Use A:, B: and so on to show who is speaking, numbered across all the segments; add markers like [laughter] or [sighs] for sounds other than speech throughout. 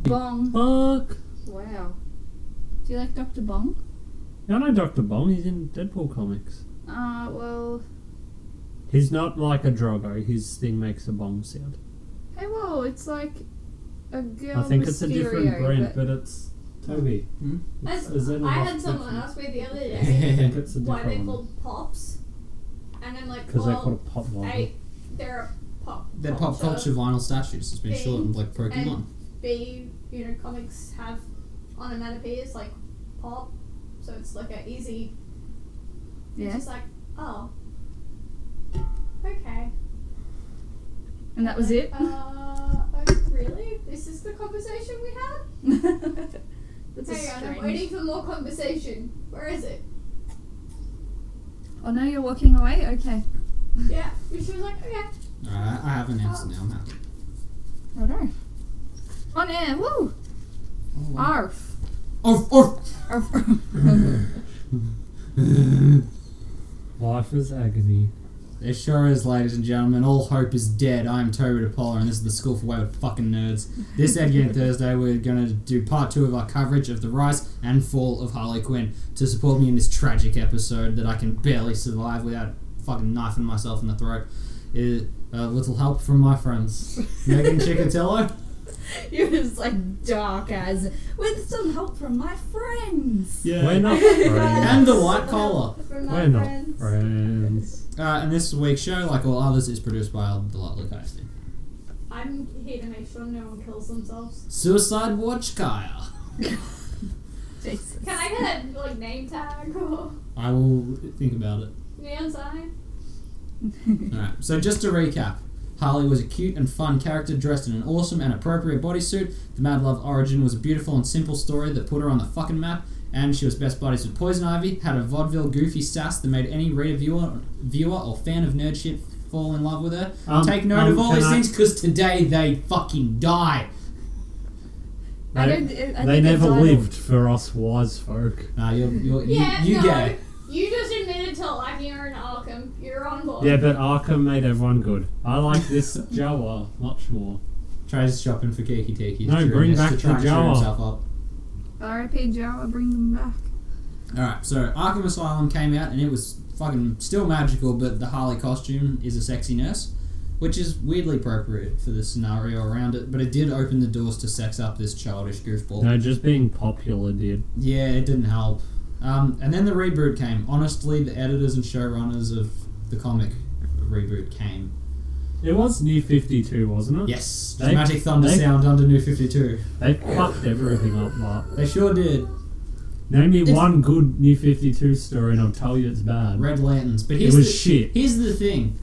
A: Bong.
B: Fuck.
A: Wow. Do you like Dr. Bong?
B: I know Dr. Bong, he's in Deadpool comics.
A: Uh, well.
B: He's not like a Drogo, his thing makes a bong sound.
A: Hey, whoa, it's like a girl.
B: I think it's a
A: Mysterio,
B: different brand,
A: but-
B: but, it's Toby.
C: Hmm?
B: It's
D: As
B: a
D: I had
B: Xenomorph
D: someone
B: different-
D: ask me the other
B: I
D: day
B: think it's a
D: why they
B: different one.
D: called pops, and I'm like,
B: Because they call
D: well,
B: it pop vinyl.
D: a they're a pop.
C: Their pop culture vinyl statues has been shortened like Pokemon.
D: B, you know, comics have onomatopoeias like pop, so it's like an easy. It's
A: Yes.
D: just like oh, okay.
A: And that was it?
D: Uh, oh, really? This is the conversation we had.
A: [laughs] That's a
D: Hang on, I'm
A: strange.
D: waiting for more conversation. Where is
A: [laughs]
D: it?
A: Oh, no, you're walking away? Okay.
D: Yeah. And she was like, okay.
C: Alright, I have an answer now. I'm happy.
A: Oh, no. On air, woo!
C: Oh, wow.
A: Arf.
C: Orf, orf.
A: [laughs] Arf.
B: Life is agony.
C: It sure is, ladies and gentlemen. All hope is dead. I'm Toby DePola, and this is the School for Wayward Fucking Nerds.
D: [laughs]
C: This Edgate Thursday, we're going to do part two of our coverage of the rise and fall of Harley Quinn to support me in this tragic episode that I can barely survive without fucking knifing myself in the throat. Is a little help from my
D: [laughs]
C: friends. Megan Chicatello.
A: You're just like dark as with some help from my friends.
B: Yeah. We're
D: [laughs]
B: not friends.
C: And the white collar.
D: From my
B: We're not
D: friends.
B: friends.
C: Uh, and this week's show, like all others, is produced by the lovely Kirsty.
D: I'm here to make sure no one kills themselves.
C: Suicide Watch Kaya.
A: Jesus.
D: Can I get a like name tag or [laughs]
C: I will think about it.
D: neon sign?
C: Alright, so just to recap. Harley was a cute and fun character dressed in an awesome and appropriate bodysuit. The Mad Love origin was a beautiful and simple story that put her on the fucking map, and she was best buddies with Poison Ivy, had a vaudeville goofy sass that made any reader, viewer, viewer or fan of nerd shit fall in love with her.
B: Um,
C: Take note
B: um,
C: of all
B: can
C: these
B: I-
C: things because today they fucking die.
A: I
B: They,
A: don't- I think
B: they
A: it's
B: never
A: idle.
B: lived for us wise folk.
C: Uh, you're, you're,
D: yeah,
C: you, you
D: no.
C: get it.
D: You just admitted to liking her in Arkham. You're on board.
B: Yeah, but Arkham made everyone good. I like
D: [laughs]
B: this Jawa much more.
C: Tries shopping for Kiki Tiki.
B: No, bring back
C: to
B: the
C: try and cheer
B: Jawa.
C: himself up.
A: R.I.P. Jawa, bring them back.
C: Alright, so Arkham Asylum came out and it was fucking still magical, but the Harley costume is a sexy nurse, which is weirdly appropriate for the scenario around it, but it did open the doors to sex up this childish goofball.
B: No, just being popular did.
C: Yeah, it didn't help. Um, and then the reboot came. Honestly, the editors and showrunners of the comic reboot came.
B: It was New 52, wasn't it?
C: Yes,
B: They-
C: dramatic thunder
B: they-
C: sound under New 52.
B: They fucked everything up, Mark.
C: They sure did.
B: Name me
C: It's-
B: one good New 52 story and I'll tell you it's bad.
C: Red Lanterns. But
B: It
C: here's
B: was
C: the,
B: shit.
C: Here's the thing.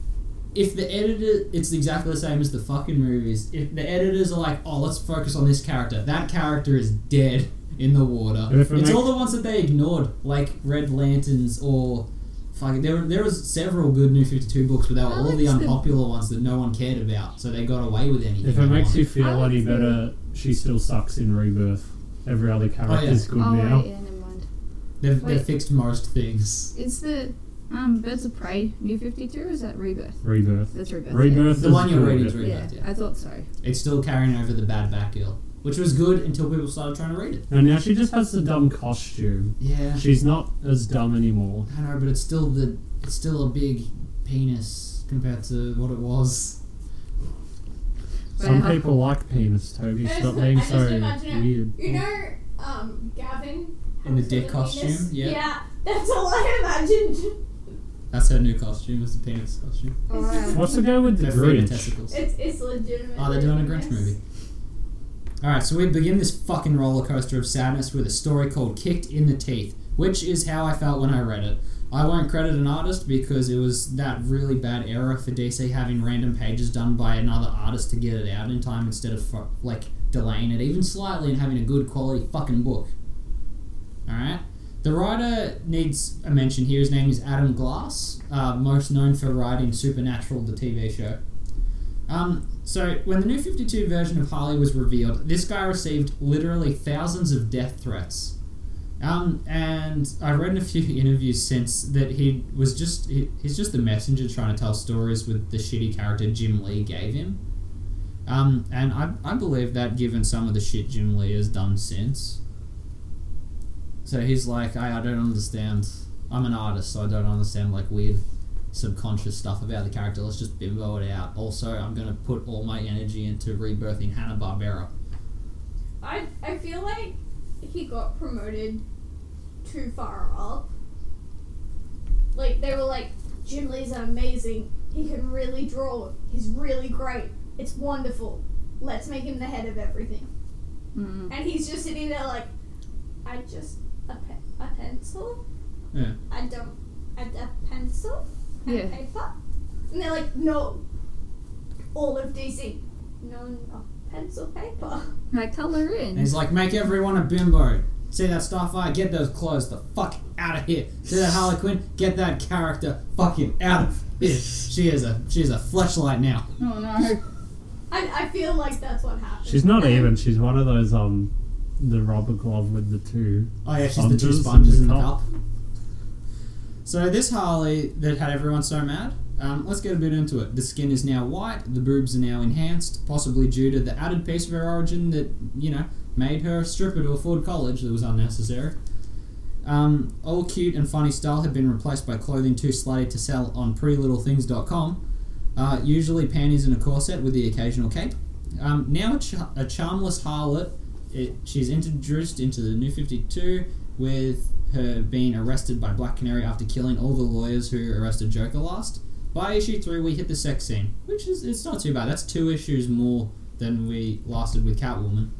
C: If the editor, it's exactly the same as the fucking movies. If the editors are like, oh, let's focus on this character. That character is dead in the water.
B: If
C: It's
B: it makes-
C: all the ones that they ignored, like Red Lanterns or fucking. There, there was several good New Fifty Two books, but they were
A: I
C: all
A: liked
C: the
A: them.
C: unpopular ones that no one cared about. So they got away with anything.
B: If
C: they
B: it makes
C: wanted.
B: you
A: I
B: feel
A: like
B: any
A: the-
B: better, she still sucks in Rebirth. Every other character's good
A: oh,
B: now.
A: wait, yeah, never mind.
C: they've, they've
A: Wait.
C: fixed most things.
A: It's the um, Birds of Prey, New 52, or is that Rebirth?
B: Rebirth.
A: That's Rebirth. yeah.
B: Rebirth
C: The
B: is
C: one you're
B: good.
C: reading is
A: Yeah,
C: Rebirth. Yeah,
A: I thought so.
C: it's still carrying over the bad Batgirl, which was good until people started trying to read it.
B: And now she just has the dumb costume.
C: Yeah.
B: She's not as dumb anymore.
C: I know, but it's still the it's still a big penis compared to what it was.
B: Some
A: Wow.
B: people like penis, Toby.
D: uh, I
B: Stop
D: just-
B: being
D: I just
B: so
D: imagine it.
B: weird.
D: You know, um, Gavin.
C: In the
D: has
C: dick
D: a penis?
C: costume? Yeah.
D: Yeah, that's all I imagined.
C: That's her new costume. It's a penis costume.
A: Oh,
D: [laughs]
A: wow.
B: What's the go with the
C: They're feet and
B: Grinch?
C: testicles.
D: It's it's legitimate.
C: Oh, they're doing a Grinch movie. All right, so we begin this fucking roller coaster of sadness with a story called "Kicked in the Teeth," which is how I felt when I read it. I won't credit an artist because it was that really bad era for DC having random pages done by another artist to get it out in time instead of fu- like delaying it even slightly and having a good quality fucking book. Alright? The writer needs a mention here. His name is Adam Glass, uh, most known for writing Supernatural, the TV show. Um, so, when the new 52 version of Harley was revealed, this guy received literally thousands of death threats. Um, and I've read in a few [laughs] interviews since that he was just, he, he's just the messenger trying to tell stories with the shitty character Jim Lee gave him. Um, and I, I believe that given some of the shit Jim Lee has done since. So he's like, hey, I don't understand. I'm an artist, so I don't understand like weird subconscious stuff about the character. Let's just bimbo it out. Also, I'm going to put all my energy into rebirthing Hanna-Barbera.
D: I I feel like he got promoted too far up. Like they were like, Jim Lee's amazing. He can really draw. He's really great. It's wonderful. Let's make him the head of everything.
A: Mm.
D: And he's just sitting there like, I just a, pe- a pencil.
C: Yeah.
D: I don't a, a pencil and
A: Yeah.
D: paper. And they're like, no. All of DC. No, no pencil paper. [laughs]
A: I color
C: And
A: in.
C: he's like, make everyone a bimbo. See that Starfire? Get those clothes the fuck out of here. See that Harley Quinn? Get that character fucking out of here. She is a she is a fleshlight now.
A: Oh
C: [laughs]
A: no.
D: I, I feel like that's what happened.
B: She's not even. She's one of those um, the rubber glove with the two.
C: Oh yeah, she's the two
B: Sponges
C: sponges in
B: in the
C: the cup.
B: cup.
C: So this Harley that had everyone so mad. Um, let's get a bit into it. The skin is now white. The boobs are now enhanced, possibly due to the added piece of her origin that you know made her a stripper to afford college that was unnecessary. Um, all cute and funny style had been replaced by clothing too slutty to sell on prettylittlethings.com. Uh, usually panties and a corset with the occasional cape. Um, now a, cha- a charmless harlot, it, she's introduced into the New 52 with her being arrested by Black Canary after killing all the lawyers who arrested Joker last. By issue three, we hit the sex scene, which is it's not too bad. That's two issues more than we lasted with Catwoman,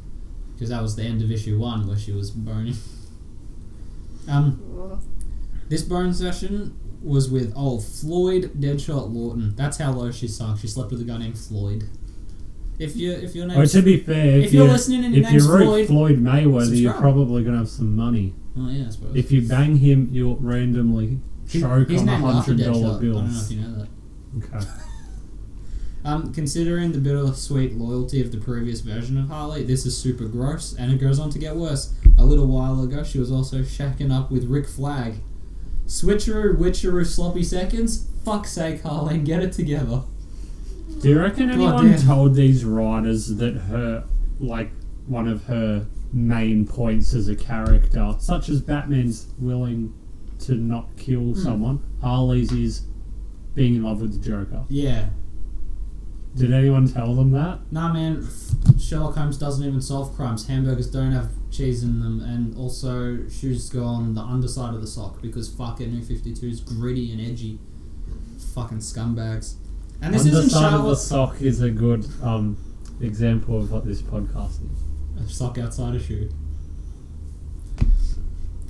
C: because that was the end of issue one where she was boning. [laughs] um, this bone session was with old Floyd Deadshot Lawton. That's how low she sunk. She slept with a guy named Floyd. If you if your
B: Or
C: name's
B: to be fair, if,
C: if you're
B: you-
C: listening and your
B: if you
C: name's
B: root
C: Floyd,
B: Floyd Mayweather, you're
C: subscribe.
B: probably gonna have some money.
C: oh yeah, I suppose.
B: If you bang him, you'll randomly
C: He-
B: choke
C: he's
B: on a
C: named after
B: hundred dollar
C: Deadshot. I don't know
B: bills.
C: if you know that.
B: Okay.
C: Um, considering the bittersweet loyalty of the previous version of Harley, this is super gross, and it goes on to get worse. A little while ago, she was also shacking up with Rick Flag. Switcheroo, witcheroo, sloppy seconds. Fuck's sake, Harley, get it together.
B: Do you reckon
C: God
B: anyone
C: damn.
B: told these writers that her, like, one of her main points as a character, such as Batman's willing to not kill
C: Hmm.
B: someone, Harley's is being in love with the Joker?
C: Yeah,
B: Did anyone tell them that?
C: Nah, man. f- Sherlock Holmes doesn't even solve crimes. Hamburgers don't have cheese in them, and also shoes go on the underside of the sock because fucking New Fifty Two is gritty and edgy. Fucking scumbags. And this
B: Underside
C: isn't
B: of the
C: Charlotte.
B: sock is a good um, example of what this podcast is.
C: A sock outside a shoe.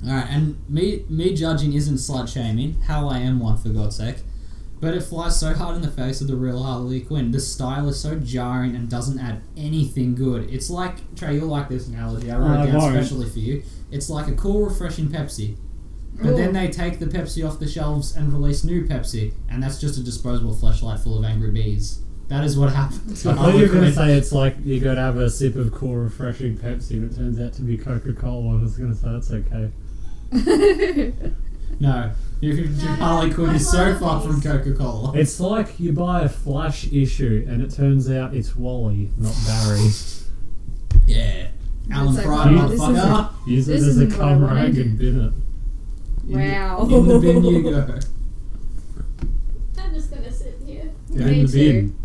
C: Alright, and me me judging isn't slut shaming. How I am one, for God's sake. But it flies so hard in the face of the real Harley Quinn. The style is so jarring and doesn't add anything good. It's like Trey, you'll like this analogy. I wrote
B: I
C: it down
B: won't.
C: specially for you. It's like a cool, refreshing Pepsi. But
A: Ooh.
C: then they take the Pepsi off the shelves and release new Pepsi, and that's just a disposable flashlight full of angry bees. That is what happened. to
B: I thought
C: Harley
B: you were going to
C: Quinn.
B: say it's like you got to have a sip of cool, refreshing Pepsi, and it turns out to be Coca Cola. I was going to say that's okay.
C: No. Your Harley Quinn is so far from Coca Cola.
B: It's like you buy a Flash issue and it turns out it's Wally, not Barry.
C: Yeah. Alan
A: It's like,
C: Fry,
B: wow,
A: this
C: motherfucker.
B: Use it
A: This
B: as a
A: isn't what I
B: cum
A: wanted.
B: rag and bin it.
A: Wow.
C: In the bin
A: [laughs]
C: you go.
D: I'm just gonna sit here.
B: In the bin.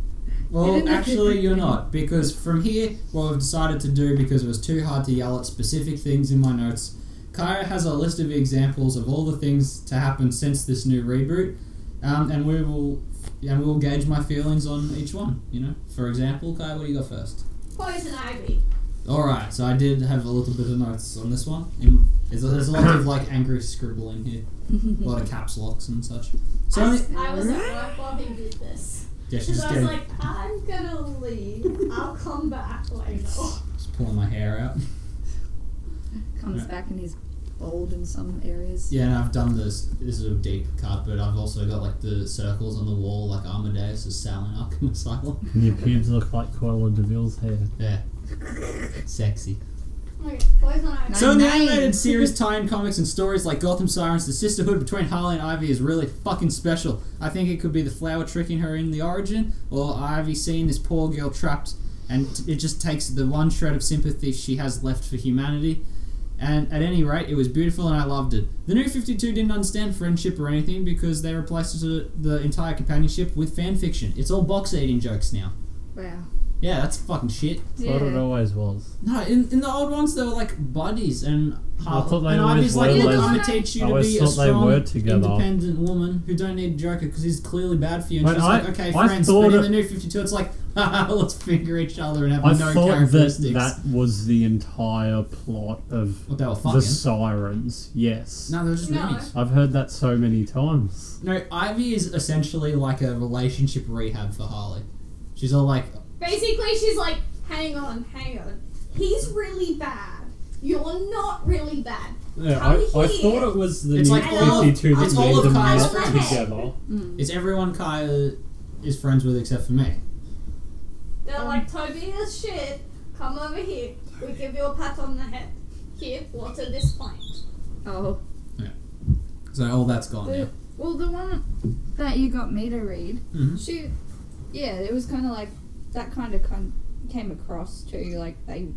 C: Well,
A: didn't-
C: actually, you're not, because from here, what we've decided to do, because it was too hard to yell at specific things in my notes, Kyra has a list of examples of all the things to happen since this new reboot, um, and we will and we'll gauge my feelings on each one. You know, for example, Kyra, what do you got first?
D: Poison ivy.
C: All right, so I did have a little bit of notes on this one. In- There's a, there's a lot of like angry scribbling here, a
D: [laughs]
C: lot of caps locks and such. So
D: I,
C: only,
D: was- I was at work while he did this.
C: yeah, she's just
D: Because I
C: getting,
D: was like, I'm gonna leave. I'll come back later.
C: just pulling my hair out. [laughs]
A: Comes back and he's bald in some areas.
C: Yeah, and I've done this. This is a deep cut, but I've also got like the circles on the wall, like Amadeus is Sal in Arkham Asylum. [laughs]
B: And your pubes look like Coil DeVille's hair.
C: Yeah, sexy.
D: Okay, poison ivy.
C: So in the
A: Nine.
C: animated series, tie-in comics and stories like Gotham Sirens, the sisterhood between Harley and Ivy is really fucking special. I think it could be the flower tricking her in the origin, or Ivy seeing this poor girl trapped and t- it just takes the one shred of sympathy she has left for humanity. And at any rate, it was beautiful and I loved it. The new 52 didn't understand friendship or anything because they replaced it- the entire companionship with fan fiction. It's all box eating jokes now.
A: Wow.
C: Yeah, that's fucking shit.
A: Yeah.
E: What it always was.
C: No, in, in the old ones, they were like buddies and Har-
E: I thought they
C: and
E: always
C: Ivy's like,
E: were
C: "Look,
A: like-
C: I'm gonna teach you
E: I
C: to
E: always
C: be a
E: thought they
C: strong,
E: were together."
C: independent woman who don't need Joker because he's clearly bad for you. And
B: When
C: she's
B: I-
C: like, okay,
B: I
C: friends.
B: thought
C: But in
B: it-
C: the new 52, it's like, [laughs] haha, let's finger each other and have
B: I
C: no
B: thought that
C: characteristics.
B: that was the entire plot of
C: What they were
B: the
C: fucking.
B: sirens. Yes,
C: No, they were just
D: No.
C: roomies.
B: I've heard that so many times.
C: No, Ivy is essentially like a relationship rehab for Harley. She's all like,
D: Basically, she's like, hang on, hang on. He's really bad. You're not really bad.
B: Yeah,
D: I-
B: I,
D: Come I here.
B: thought it was the
C: It's
B: new
C: new like all of-
B: 52
C: 52 that it's
B: that
C: all made
B: made
C: of
B: them
C: them Kai's
D: not
B: not
D: friends.
B: together.
A: Mm.
C: it's everyone Kaya is friends with except for me.
D: They're like, Toby is shit. Come over here. We give you a pat on the head. Here, water this plant.
A: Oh.
C: So all that's gone now.
A: The, well, the one that you got me to read,
C: Mhm.
A: she, yeah, it was kind of like that kind of con- came across too. Like they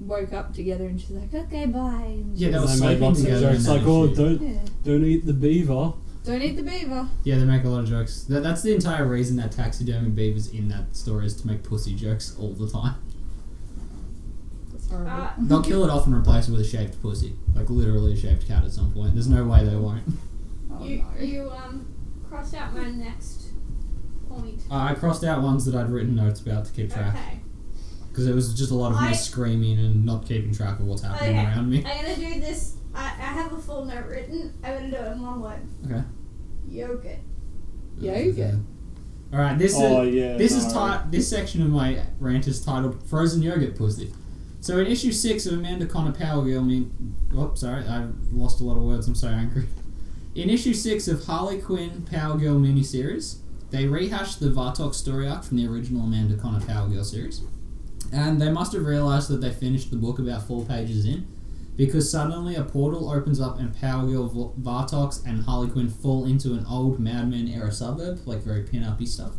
A: woke up together and she's like, okay, bye. and-
C: Yeah, they were
B: And they made
C: sleeping
B: lots of
C: together.
B: jokes
C: and
B: like,
C: that
B: "Oh,
C: shit. Oh.
B: don't
A: Yeah.
B: don't eat the beaver."
A: Don't eat the beaver.
C: Yeah, they make a lot of jokes. That, that's the entire reason that taxidermy beaver's in that story is to make pussy jokes all the
D: [laughs]
C: time.
A: That's horrible.
D: Uh,
C: They'll kill it off and replace it with a shaved pussy, like literally a shaved cat at some point. There's no way they
D: [laughs]
C: won't.
A: oh,
D: you,
A: no.
D: you um, crossed out my next point.
C: Uh, I crossed out ones that I'd written notes about to keep track
D: Okay.
C: because it was just a lot of
D: I-
C: me screaming and not keeping track of what's happening
D: Okay.
C: around
D: I'm
C: me.
D: gonna do this. I, I have a full note written. I'm gonna do it in one word.
C: Okay.
D: Yogurt.
A: Yeah, you
C: uh,
A: get.
C: All right. This is
B: oh yeah,
C: This is
B: no.
C: ti- this section of my rant is titled "Frozen Yogurt Pussy." So in issue six of Amanda Connor Power Girl, mean, oh sorry, I've lost a lot of words. I'm so angry. In issue six of Harley Quinn Power Girl miniseries, they rehashed the Vartok story arc from the original Amanda Connor Power Girl series, and they must have realized that they finished the book about four pages in, because suddenly a portal opens up and Power Girl, Va- Vartox, and Harley Quinn fall into an old Madman era suburb, like very pin-uppy stuff.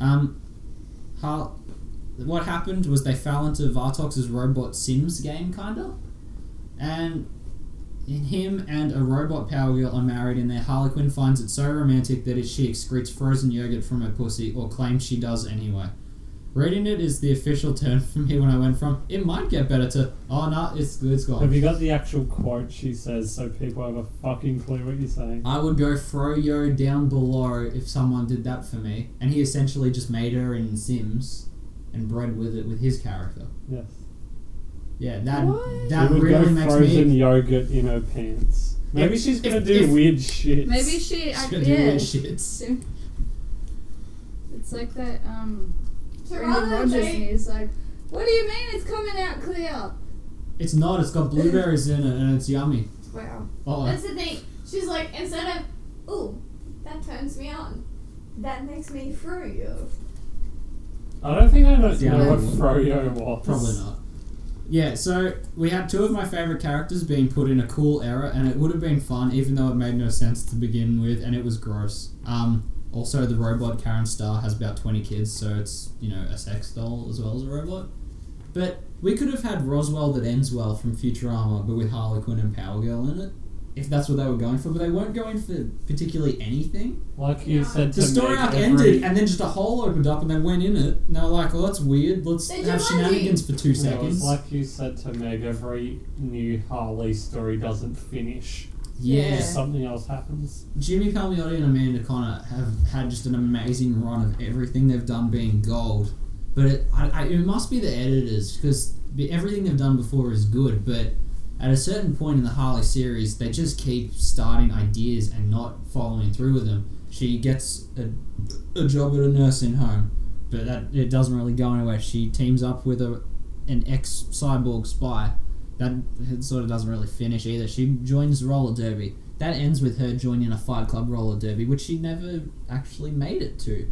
C: Um, how, what happened was they fell into Vartox's Robot Sims game, kinda, and him and a robot Power Girl are married, and their Harlequin finds it so romantic that it, she excretes frozen yogurt from her pussy, or claims she does anyway. Reading it is the official term from here when I went from it might get better to oh no it's good it's gone.
B: Have you got the actual quote she says so people have a fucking clue what you're saying?
C: I would go Froyo down below if someone did that for me. And he essentially just made her in Sims and bred with it with his character.
B: Yes.
C: Yeah, that
A: What?
C: that
B: She would
C: really
B: go
C: makes
B: frozen
C: me.
B: yogurt in her pants. Maybe
C: If-
B: she's gonna
C: if-
B: do
C: if-
B: weird shit.
A: Maybe she. I,
C: Should do
A: yeah.
C: weird shits.
A: It's like that. Um,
D: So
A: Brendan
D: rather than
A: Rogers
D: saying,
A: is like, [laughs] what do you mean it's coming out clear?
C: It's not. It's got blueberries in it and it's yummy.
A: Wow.
C: Oh,
D: that's the thing. She's like, instead of, ooh, that turns me on. That makes me through you.
B: I don't think I know,
C: Yeah,
B: know what
C: I-
B: froyo was.
C: probably not. Yeah, so we had two of my favorite characters being put in a cool era, and it would have been fun, even though it made no sense to begin with, and it was gross. Um, also, the robot Karen Star has about twenty kids, so it's you know a sex doll as well as a robot. But we could have had Roswell that ends well from Futurama, but with Harlequin and Power Girl in it, if that's what they were going for. But they weren't going for particularly anything.
B: Like you
D: Yeah.
B: said, to
C: The story
B: make
C: arc
B: every-
C: ended, and then just a hole opened up, and they went in it. And they were like, "Well, that's weird. Let's
D: They
C: have
D: Jumanji.
C: shenanigans for two
B: Yeah, it was
C: seconds."
B: like you said to Meg, every new Harley story doesn't finish.
C: yeah.
A: Yeah.
B: Something else happens.
C: Jimmy Palmiotti and Amanda Connor have had just an amazing run of everything they've done being gold, but it, I, I, it must be the editors because everything they've done before is good, but. At a certain point in the Harley series, they just keep starting ideas and not following through with them. She gets a, a job at a nursing home, but that it doesn't really go anywhere. She teams up with a an ex cyborg spy. That it sort of doesn't really finish either. She joins roller derby. That ends with her joining a fight club roller derby, which she never actually made it to.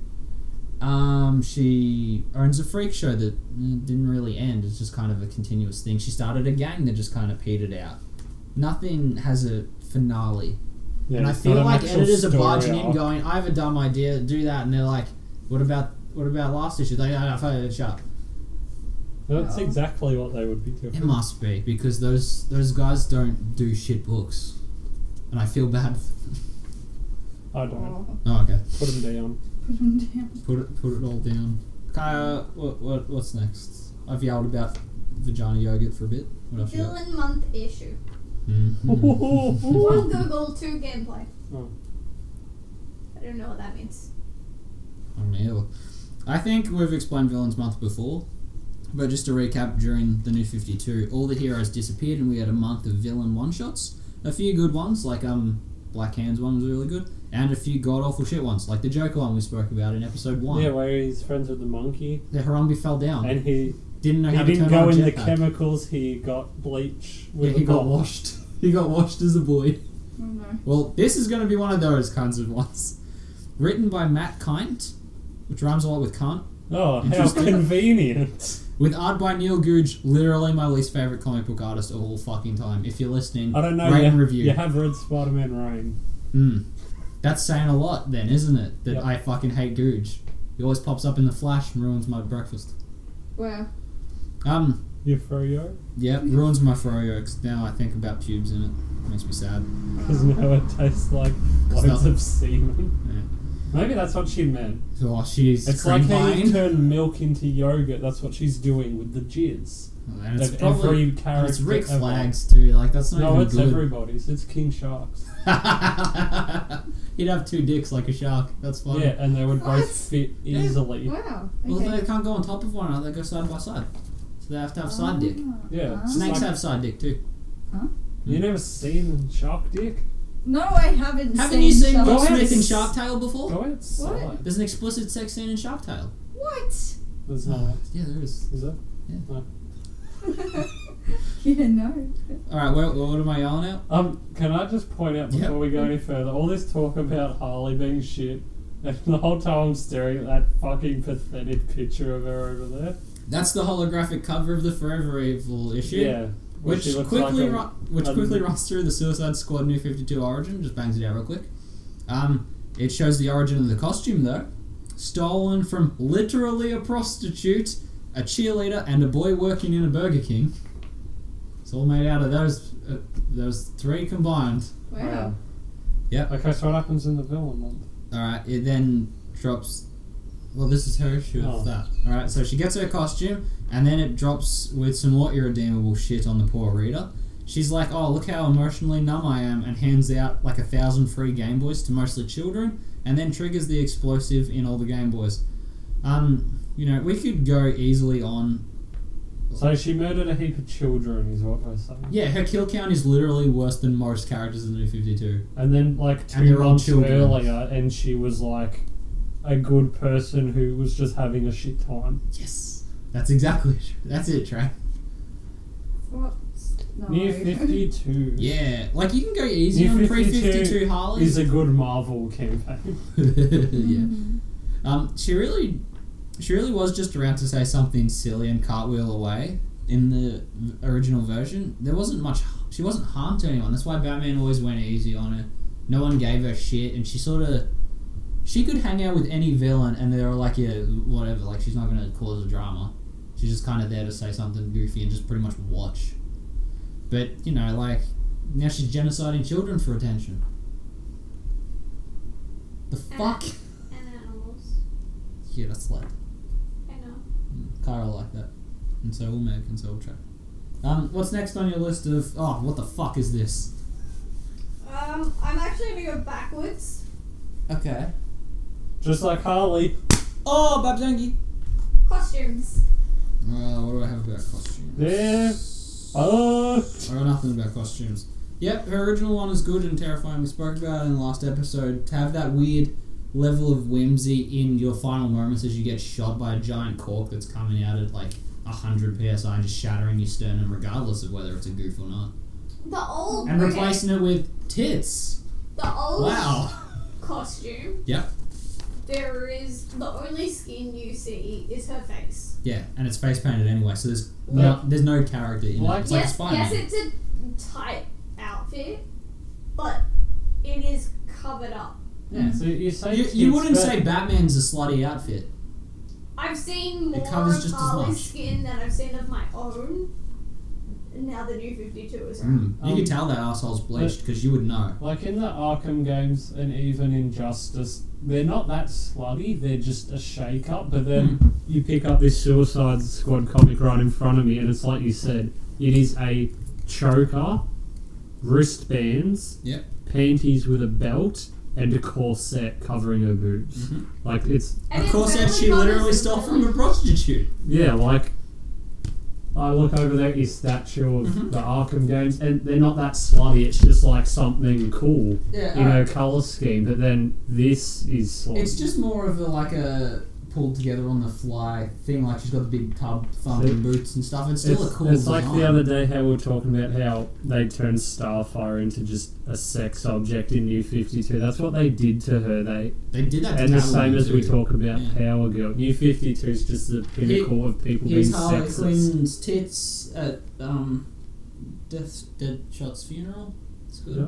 C: Um, she owns a freak show that mm, didn't really end. It's just kind of a continuous thing. She started a gang that just kind of petered out. Nothing has a finale
B: Yeah,
C: and I
B: it's
C: feel
B: not an
C: like
B: actual
C: editors are
B: story
C: barging in,
B: arc.
C: going, "I have a dumb idea, do that," and they're like, "What about what about last issue?" They go, "No, no, shut up."
B: That's
C: "Oh."
A: No.
B: exactly what they would be doing.
C: It must be because those those guys don't do shit books, and I feel bad. For them.
B: I don't know.
C: Oh, okay.
B: Put them down.
A: Put them down.
C: [laughs] Put it put it all down. Kaya, what, what what's next? I've yelled about vagina yogurt for a bit. What else you got?
D: Villain month issue.
C: [laughs] Mhm.
D: One Google, two gameplay.
B: Oh.
D: I don't know what that means.
C: I don't know. I think we've explained Villains Month before, but just to recap, during the New 52, all the heroes disappeared and we had a month of villain one shots. A few good ones, like um, Black Hands one was really good, and a few god awful shit ones, like the Joker one we spoke about in episode one.
B: Yeah, where he's friends with the monkey,
C: The Harambe fell down.
B: and he
C: didn't know
B: he
C: how to
B: didn't
C: turn
B: go
C: on a
B: in the
C: jetpack.
B: chemicals. He got bleach.
C: Yeah,
B: With
C: he
B: a
C: got
B: bottle.
C: washed. [laughs] He got washed as a boy.
A: Oh no.
C: Well, this is going to be one of those kinds of ones. Written by Matt Kind, which rhymes a lot with cunt.
B: Oh, how
C: Interesting.
B: convenient!
C: With art by Neil Googe, literally my least favorite comic book artist of all fucking time. If you're listening,
B: I don't know.
C: rate
B: you,
C: and review.
B: you have read Spider-Man Rain.
C: Mm. That's saying a lot, then, isn't it? That
B: Yep.
C: I fucking hate Googe. He always pops up in the flash and ruins my breakfast.
A: Wow.
C: Um,
B: You froyo?
C: yeah, ruins my froyo. 'cause Now I think about pubes in it. Makes me sad.
B: Because now it tastes like
C: It's
B: loads
C: not-
B: of semen.
C: Yeah.
B: Maybe that's what she meant.
C: So oh, she's
B: It's like how you
C: cream-lined.
B: turn milk into yogurt. That's what she's doing with the jizz.
C: Oh, And it's
B: Of
C: probably
B: every
C: and
B: character.
C: it's Rick
B: ever.
C: Flags too. Like that's not
B: No,
C: even
B: it's
C: good.
B: everybody's. It's King Sharks.
C: [laughs] He'd have two dicks like a shark. That's fine.
B: Yeah, and they would
A: What?
B: both fit
C: Yeah.
B: easily.
A: Wow.
C: Well,
A: Okay.
C: they can't go on top of one another. They go side by side. So they have to have side dick.
A: Ah.
B: Yeah.
A: Ah.
C: Snakes
B: Like-
C: have side dick too.
B: You never seen shark dick?
A: No, I haven't.
C: Haven't you seen
A: Shark-
C: Will
B: Go ahead.
C: Smith in Shark Tale before?
B: Go outside. What?
C: There's an explicit sex scene in Shark Tale.
A: What?
B: There's no.
C: yeah, there is.
B: Is there?
A: [laughs] Yeah, no.
C: All right, what, what am I yelling at?
B: Um, can I just point out
C: Yeah.
B: before we go any further, all this talk about Harley being shit, [laughs] and the whole time I'm staring at that fucking pathetic picture of her over there.
C: That's the holographic cover of the Forever Evil issue.
B: Yeah. where
C: Which
B: she looks
C: quickly,
B: like a-
C: ru- which
B: um,
C: quickly runs through the Suicide Squad New Fifty Two origin. Just bangs it out real quick. Um, it shows the origin of the costume though, stolen from literally a prostitute, a cheerleader, and a boy working in a Burger King. It's all made out of those uh, those three combined.
A: Wow.
B: Wow.
C: Yep.
B: Okay, so what happens in the villain month?
C: All right. It then drops. Well, this is her issue
B: Oh.
C: of that. All right. So she gets her costume, and then it drops with some more irredeemable shit on the poor reader. She's like, "Oh, look how emotionally numb I am," and hands out like a thousand free Game Boys to mostly children, and then triggers the explosive in all the Game Boys. Um, you know, we could go easily on.
B: So she murdered a heap of children, is what we're saying.
C: Yeah, her kill count is literally worse than most characters in the New Fifty Two.
B: And then, like,
C: And
B: two
C: they're all
B: months
C: children.
B: earlier, and she was like a good person who was just having a shit time.
C: Yes, that's exactly. [laughs] That's it, Trey.
A: What? No.
B: Near 52
C: [laughs] Yeah, like you can go easy
B: New
C: on pre
B: 52
C: 52 Harley.
B: is a good Marvel campaign.
C: yeah.
A: Mhm.
C: Um, she really, she really was just around to say something silly and cartwheel away in the v- original version. There wasn't much. She wasn't harmed to anyone. That's why Batman always went easy on her. No one gave her shit, and she sort of, she could hang out with any villain, and they were like, yeah, whatever. Like she's not gonna cause a drama. She's just kind of there to say something goofy and just pretty much watch. But you know, like now she's genociding children for attention. The fuck.
D: And animals.
C: Yeah, that's like
D: I know.
C: Kyle like that. And so will Meg and so will Trey. Um, what's next on your list of oh what the fuck is this?
D: Um, I'm actually gonna go backwards.
C: Okay.
B: just like Harley,
C: Oh Babzangi!
D: Costumes.
C: Uh, what do I have about costumes?
B: there. Oh,
C: I got nothing about costumes. Yep, her original one is good and terrifying. We spoke about it in the last episode. To have that weird level of whimsy in your final moments as you get shot by a giant cork that's coming out at like 100 psi and just shattering your sternum, regardless of whether it's a goof or not.
D: The old
C: And
D: Brit-
C: replacing it with tits.
D: the old
C: Wow.
D: costume.
C: Yep.
D: There is the only skin you see is her face.
C: Yeah, and it's face painted anyway, so there's
B: Yeah.
C: no, there's no character in
B: Like-
C: it. It's like
D: yes,
C: Spider
D: yes,
C: Man.
D: it's a tight outfit, but it is covered up.
C: Yeah.
B: so you say
C: You,
B: kids,
C: you wouldn't
B: but
C: say Batman's a slutty outfit.
D: I've seen
C: It
D: more
C: covers
D: of
C: just as
D: Harley's
C: much.
D: skin than I've seen of my own. Now the new Fifty Two is out.
C: Mm, you
B: Um,
C: could tell that asshole's bleached because you would know.
B: Like in the Arkham games and even in Justice, they're not that slutty, they're just a shake up. But then you pick up this Suicide Squad comic right in front of me, and it's like you said, it is a choker, wristbands,
C: Yep.
B: panties with a belt, and a corset covering her boobs.
C: Mhm.
B: Like it's
D: And
C: of
D: it's
C: course, that
D: Beverly
C: she
D: Connors
C: literally
D: and
C: stole
D: Beverly-
C: from a prostitute.
B: yeah, like I look over there at your statue of
C: Mhm.
B: the Arkham games, and they're not that slutty. It's just like something cool.
C: Yeah,
B: you know, color scheme, but then this is sort
C: It's just more of a like a pulled together on the fly thing. Like she's got the big tub, thumb, and boots and stuff. It's still
B: it's,
C: a cool.
B: it's like the
C: design.
B: other day how we were talking about how they turned Starfire into just a sex object in New Fifty Two. That's what they did to her. They
C: They did that. to
B: and the
C: Catwoman
B: same as we
C: too.
B: talk about
C: Yeah.
B: Power Girl. New Fifty Two is just the pinnacle of people being
C: Here's Harley
B: sexist.
C: Quinn's tits at um, Death Deadshot's funeral. It's good.
B: Yeah.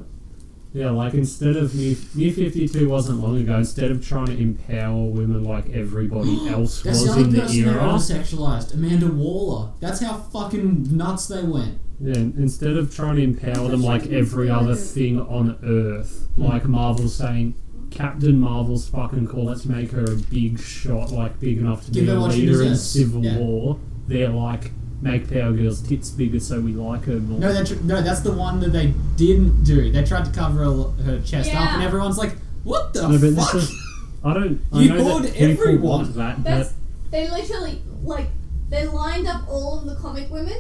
B: Yeah, like instead of New, New Fifty Two wasn't long ago. Instead of trying to empower women like
C: [gasps]
B: everybody else
C: That's the
B: was
C: only
B: in the
C: person they ever
B: era.
C: sexualized. Amanda Waller. That's how fucking nuts they went.
B: Yeah, and instead of trying to empower them like every other thing on Earth,
C: Mm.
B: like Marvel saying, Captain Marvel's fucking cool, let's make her a big shot, like big enough to
C: Give
B: be
C: her
B: a
C: what she
B: leader in
C: deserves.
B: Civil
C: Yeah.
B: War. They're like, make Power Girl's tits bigger so we like her more.
C: No, that tr- no, that's the one that they didn't do. They tried to cover her, her chest up,
D: Yeah.
C: and everyone's like, "What the
B: No, but
C: fuck?"
B: this is. I don't. I
C: You
B: know
C: bored
B: that people
C: everyone.
B: want that,
D: That's they literally like they lined up all of the comic women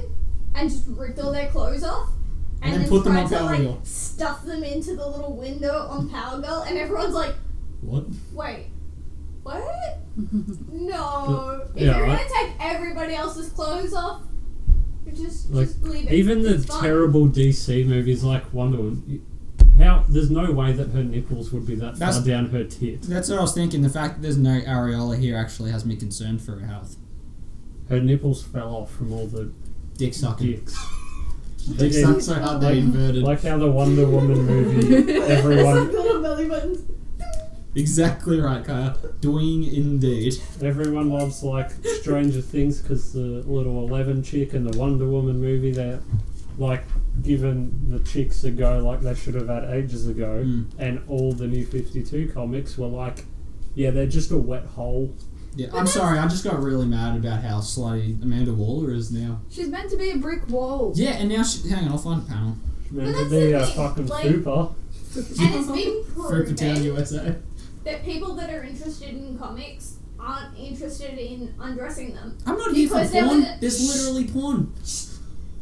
D: and just ripped all their clothes off
C: And
D: and,
C: then
D: then
C: put them
D: tried
C: on
D: to
C: Power
D: like
C: Girl.
D: stuff them into the little window on Power Girl and everyone's like,
C: what?
D: wait, what? no. If
B: Yeah,
D: you're
B: right.
D: gonna take everybody else's clothes off, just
B: Like,
D: just leave
B: but
D: it.
B: even the
D: It's fine. [laughs]
B: terrible DC movies like Wonder Woman. How there's no way that her nipples would be that
C: That's-
B: far down her tit.
C: That's what I was thinking. The fact that there's no areola here actually has me concerned for her health.
B: Her nipples fell off from all the
C: Dick sucking.
B: dicks.
C: Dick
B: Yeah.
C: sucked so hard they inverted.
B: Like how the Wonder Woman
D: [laughs]
B: movie,
D: It's like
B: everyone,
D: little belly buttons.
C: Exactly right, Kaya. Doing indeed.
B: everyone loves like Stranger Things because the little Eleven chick and the Wonder Woman movie, they're like given the chicks a go like they should have had ages ago,
C: Mm.
B: and all the New Fifty Two comics were like, yeah, they're just a wet hole.
C: Yeah, I'm sorry. I just got really mad about how slutty Amanda Waller is now.
A: [laughs] She's meant to be a brick wall.
C: Yeah, and now she. Hang on, I'll find a panel.
B: Remember
D: that's
B: the
D: the
B: uh,
D: thing,
B: fucking
D: like-
B: super?
D: And it's been
C: Fruit Town
D: proven
C: USA.
D: that people that are interested in comics aren't interested in undressing them.
C: I'm not here
D: Because
C: for
D: there
C: porn.
D: was a-
C: There's literally porn.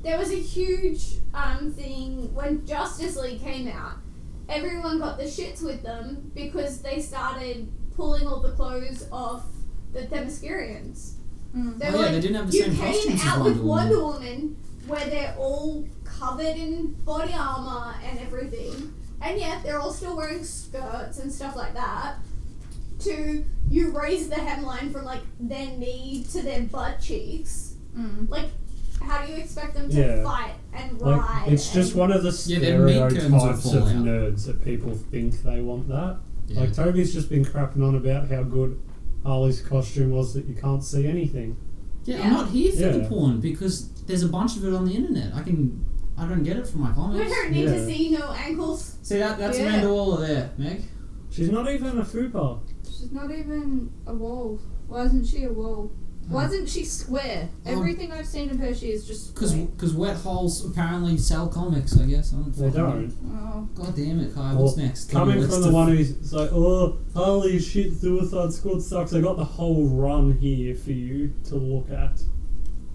D: There was a huge um, thing when Justice League came out. Everyone got the shits with them because they started pulling all the clothes off the Themyscirians.
A: Mm.
D: They
C: Oh,
D: were
C: yeah,
D: like,
C: they didn't have the
D: you
C: same
D: came
C: costumes as
D: out
C: Wonder
D: with
C: Woman."
D: Wonder Woman where they're all covered in body armor and everything, and yet they're all still wearing skirts and stuff like that. To you raise the hemline from like their knee to their butt cheeks.
A: Mm.
D: Like, how do you expect them to
B: Yeah.
D: fight and
B: Like,
D: ride?
B: it's just
D: and-
B: one of the
C: Yeah, their meat curtains will
B: stereotypes of
C: fall out.
B: nerds that people think they want that.
C: Yeah.
B: Like Toby's just been crapping on about how good Harley's costume was that you can't see anything.
C: yeah,
D: Yeah.
C: I'm not here for the
B: Yeah.
C: porn because there's a bunch of it on the internet. I can. I don't get it from my
B: [laughs]
D: We
C: comments.
D: don't need
B: Yeah.
D: to see no ankles.
C: See that? That's
A: Yeah.
C: Amanda Waller there, Meg.
B: She's not even a fupa.
A: She's not even a wall. Why isn't she a wall? Why isn't she square?
C: Um,
A: Everything I've seen of her, she is just
C: Because
A: square.
C: because wet holes apparently sell comics. I guess. I don't
B: They
C: fucking know.
B: don't.
A: Oh,
C: God damn it, Kyle.
B: Well,
C: What's next?
B: Coming
C: Let's
B: from the
C: def-
B: one who's like, oh, Harley, shit, Suicide Squad sucks. I got the whole run here for you to look at.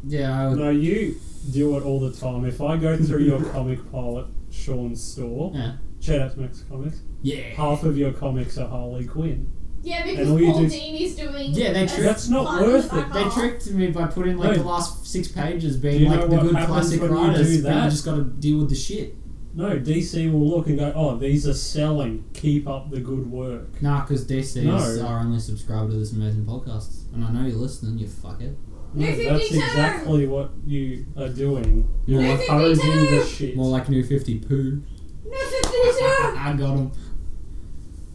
C: Yeah, I would.
B: No, you do it all the time. If I go through your [laughs] comic pile at Sean's store,
C: Yeah.
B: shout out to Max Comics,
C: Yeah.
B: half of your comics are Harley Quinn.
D: Yeah, because
B: And all you
D: Paul
B: do-
D: Dini's doing.
C: Yeah, they
D: a
C: trick-
B: That's not
D: fun
B: worth
D: with
B: it.
C: They
D: alcohol.
C: tricked me by putting like
B: Wait.
C: the last six pages
B: Oh. Do
C: being
B: you know
C: like the
B: what
C: good
B: happens
C: classic
B: when you
C: writers,
B: do
C: but you
B: that?
C: just got to deal with the shit.
B: No, DC will look and go, oh, these are selling. Keep up the good work.
C: Nah, because DC is
B: No.
C: our only subscriber to this amazing podcast, and I know you're listening. You fucker.
B: No,
D: New
B: that's
D: 52!
B: exactly what you are doing.
C: More like,
D: New
B: You're encouraging the
D: 52!
B: shit.
C: more like New Fifty poo.
D: No 52!
C: I got him.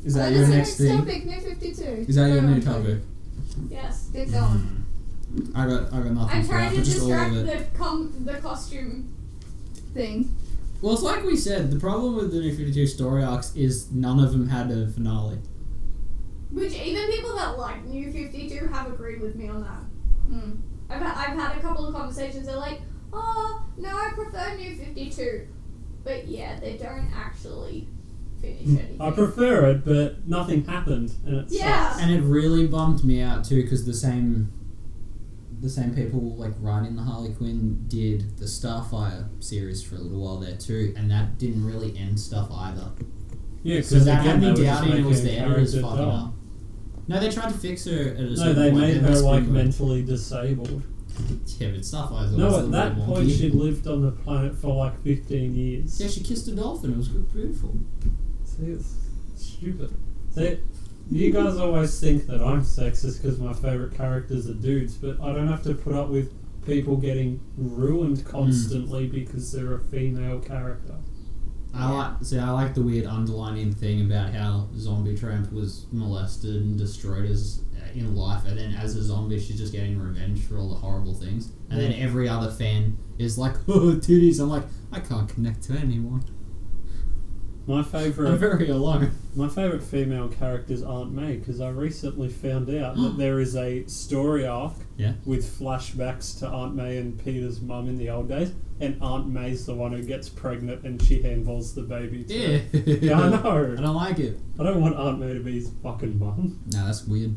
C: Is
A: Oh,
C: that
A: that's
C: your
A: the
C: next thing?
A: topic, no 52.
C: Is that your
A: No,
C: new
A: no.
C: topic?
D: [laughs] Yes.
A: Get going.
C: I got I got nothing
D: I'm
C: for that,
D: trying to
C: but just all
D: distract
C: of it.
D: the com- the costume.
A: Thing.
C: Well, it's like we said, the problem with the New 52 story arcs is none of them had a finale.
D: Which even people that like New 52 have agreed with me on that.
A: Mm.
D: I've, ha- I've had a couple of conversations. They're like, oh, no, I prefer New 52. But yeah, they don't actually finish anything.
B: Hmm, I prefer it, but nothing happened, and it
D: Yeah.
C: And it really bummed me out too, because the same, the same people like writing the Harley Quinn did the Starfire series for a little while there too, and that didn't really end stuff either.
B: sucks. Yeah,
C: So
B: because
C: that had
B: again, they
C: me
B: were just
C: doubting it was
B: making
C: there. It was
B: character
C: fucking
B: die.
C: up. No, they tried to fix her at a
B: No,
C: certain
B: they
C: point,
B: made
C: and
B: her
C: that's
B: like
C: been good.
B: mentally disabled.
C: Yeah, but Starfire's always
B: No,
C: a little
B: at that
C: bit
B: point
C: wonky.
B: she lived on the planet for like 15 years.
C: Yeah, she kissed a dolphin. It was good, beautiful.
B: See, it's stupid. See, you guys always think that I'm sexist because my favourite characters are dudes, but I don't have to put up with people getting
C: Hmm.
B: ruined constantly because they're a female character.
C: I like see. I like the weird underlining thing about how Zombie Tramp was molested and destroyed as in life, and then as a zombie, she's just getting revenge for all the horrible things. And then every other fan is like, [laughs] "Oh, titties!" I'm like, I can't connect to anyone.
B: My
C: I'm
B: favourite,
C: very alone.
B: my favourite female characters aren't me because I recently found out
C: [gasps]
B: that there is a story arc
C: Yeah.
B: with flashbacks to Aunt May and Peter's mum in the old days, and Aunt May's the one who gets pregnant and she handballs the baby. To
C: [laughs] Yeah.
B: [laughs] Yeah, I
C: I
B: know.
C: don't like it.
B: I don't want Aunt May to be his fucking mum.
C: No, that's weird.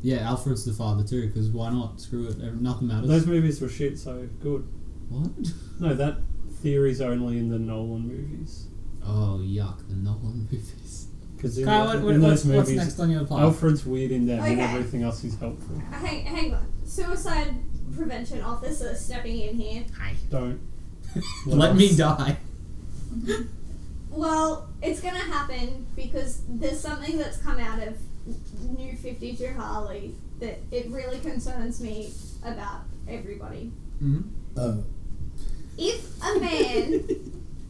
C: Yeah, Alfred's the father too. Because why not? Screw it. ev- Nothing matters.
B: Those movies were shit, so good.
C: what?
B: No, that theory's only in the Nolan movies.
C: Oh yuck! The Nolan movies.
B: Because in,
C: Kyle,
B: the-
C: what,
B: in
C: what,
B: those
C: what's, what's
B: movies,
C: next on your pile?
B: Alfred's weird in them, and
D: Okay.
B: everything else is helpful.
D: Uh, Hang, hang on. Suicide prevention officer stepping in here.
C: Hi.
B: Don't. What
C: [laughs] Let me
B: else?
C: die.
D: Well, it's gonna happen because there's something that's come out of New 52 Harley that it really concerns me about everybody.
C: Mm-hmm.
D: If a man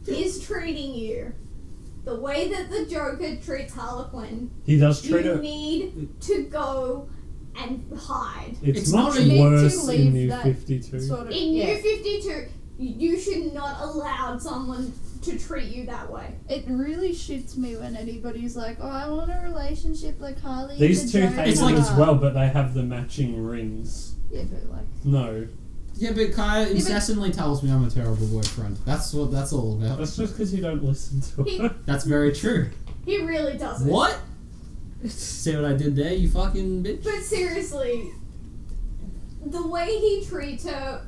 D: is treating you the way that the Joker treats Harlequin,
B: He does treat
D: you
B: her.
D: need to go and hide.
B: It's,
C: It's
B: much
C: not a- You need
A: to
B: worse in
A: leave
B: New
A: that
B: 52.
A: Sort of.
D: In New
A: yeah.
D: 52, you should not allow someone to treat you that way.
A: It really shits me when anybody's like, "Oh, I want a relationship like Harley."
B: These
A: the
B: two
A: Joker."
B: things
C: It's like-
B: as well, but they have the matching rings.
A: Yeah, but like.
B: No,
C: Yeah, but Kaya incessantly tells me I'm a terrible boyfriend. That's what that's all about.
B: that's just because you don't listen to
D: He-
B: her.
C: That's very true.
D: He really doesn't.
C: What? See what I did there, you fucking bitch?
D: But seriously, the way he treats her,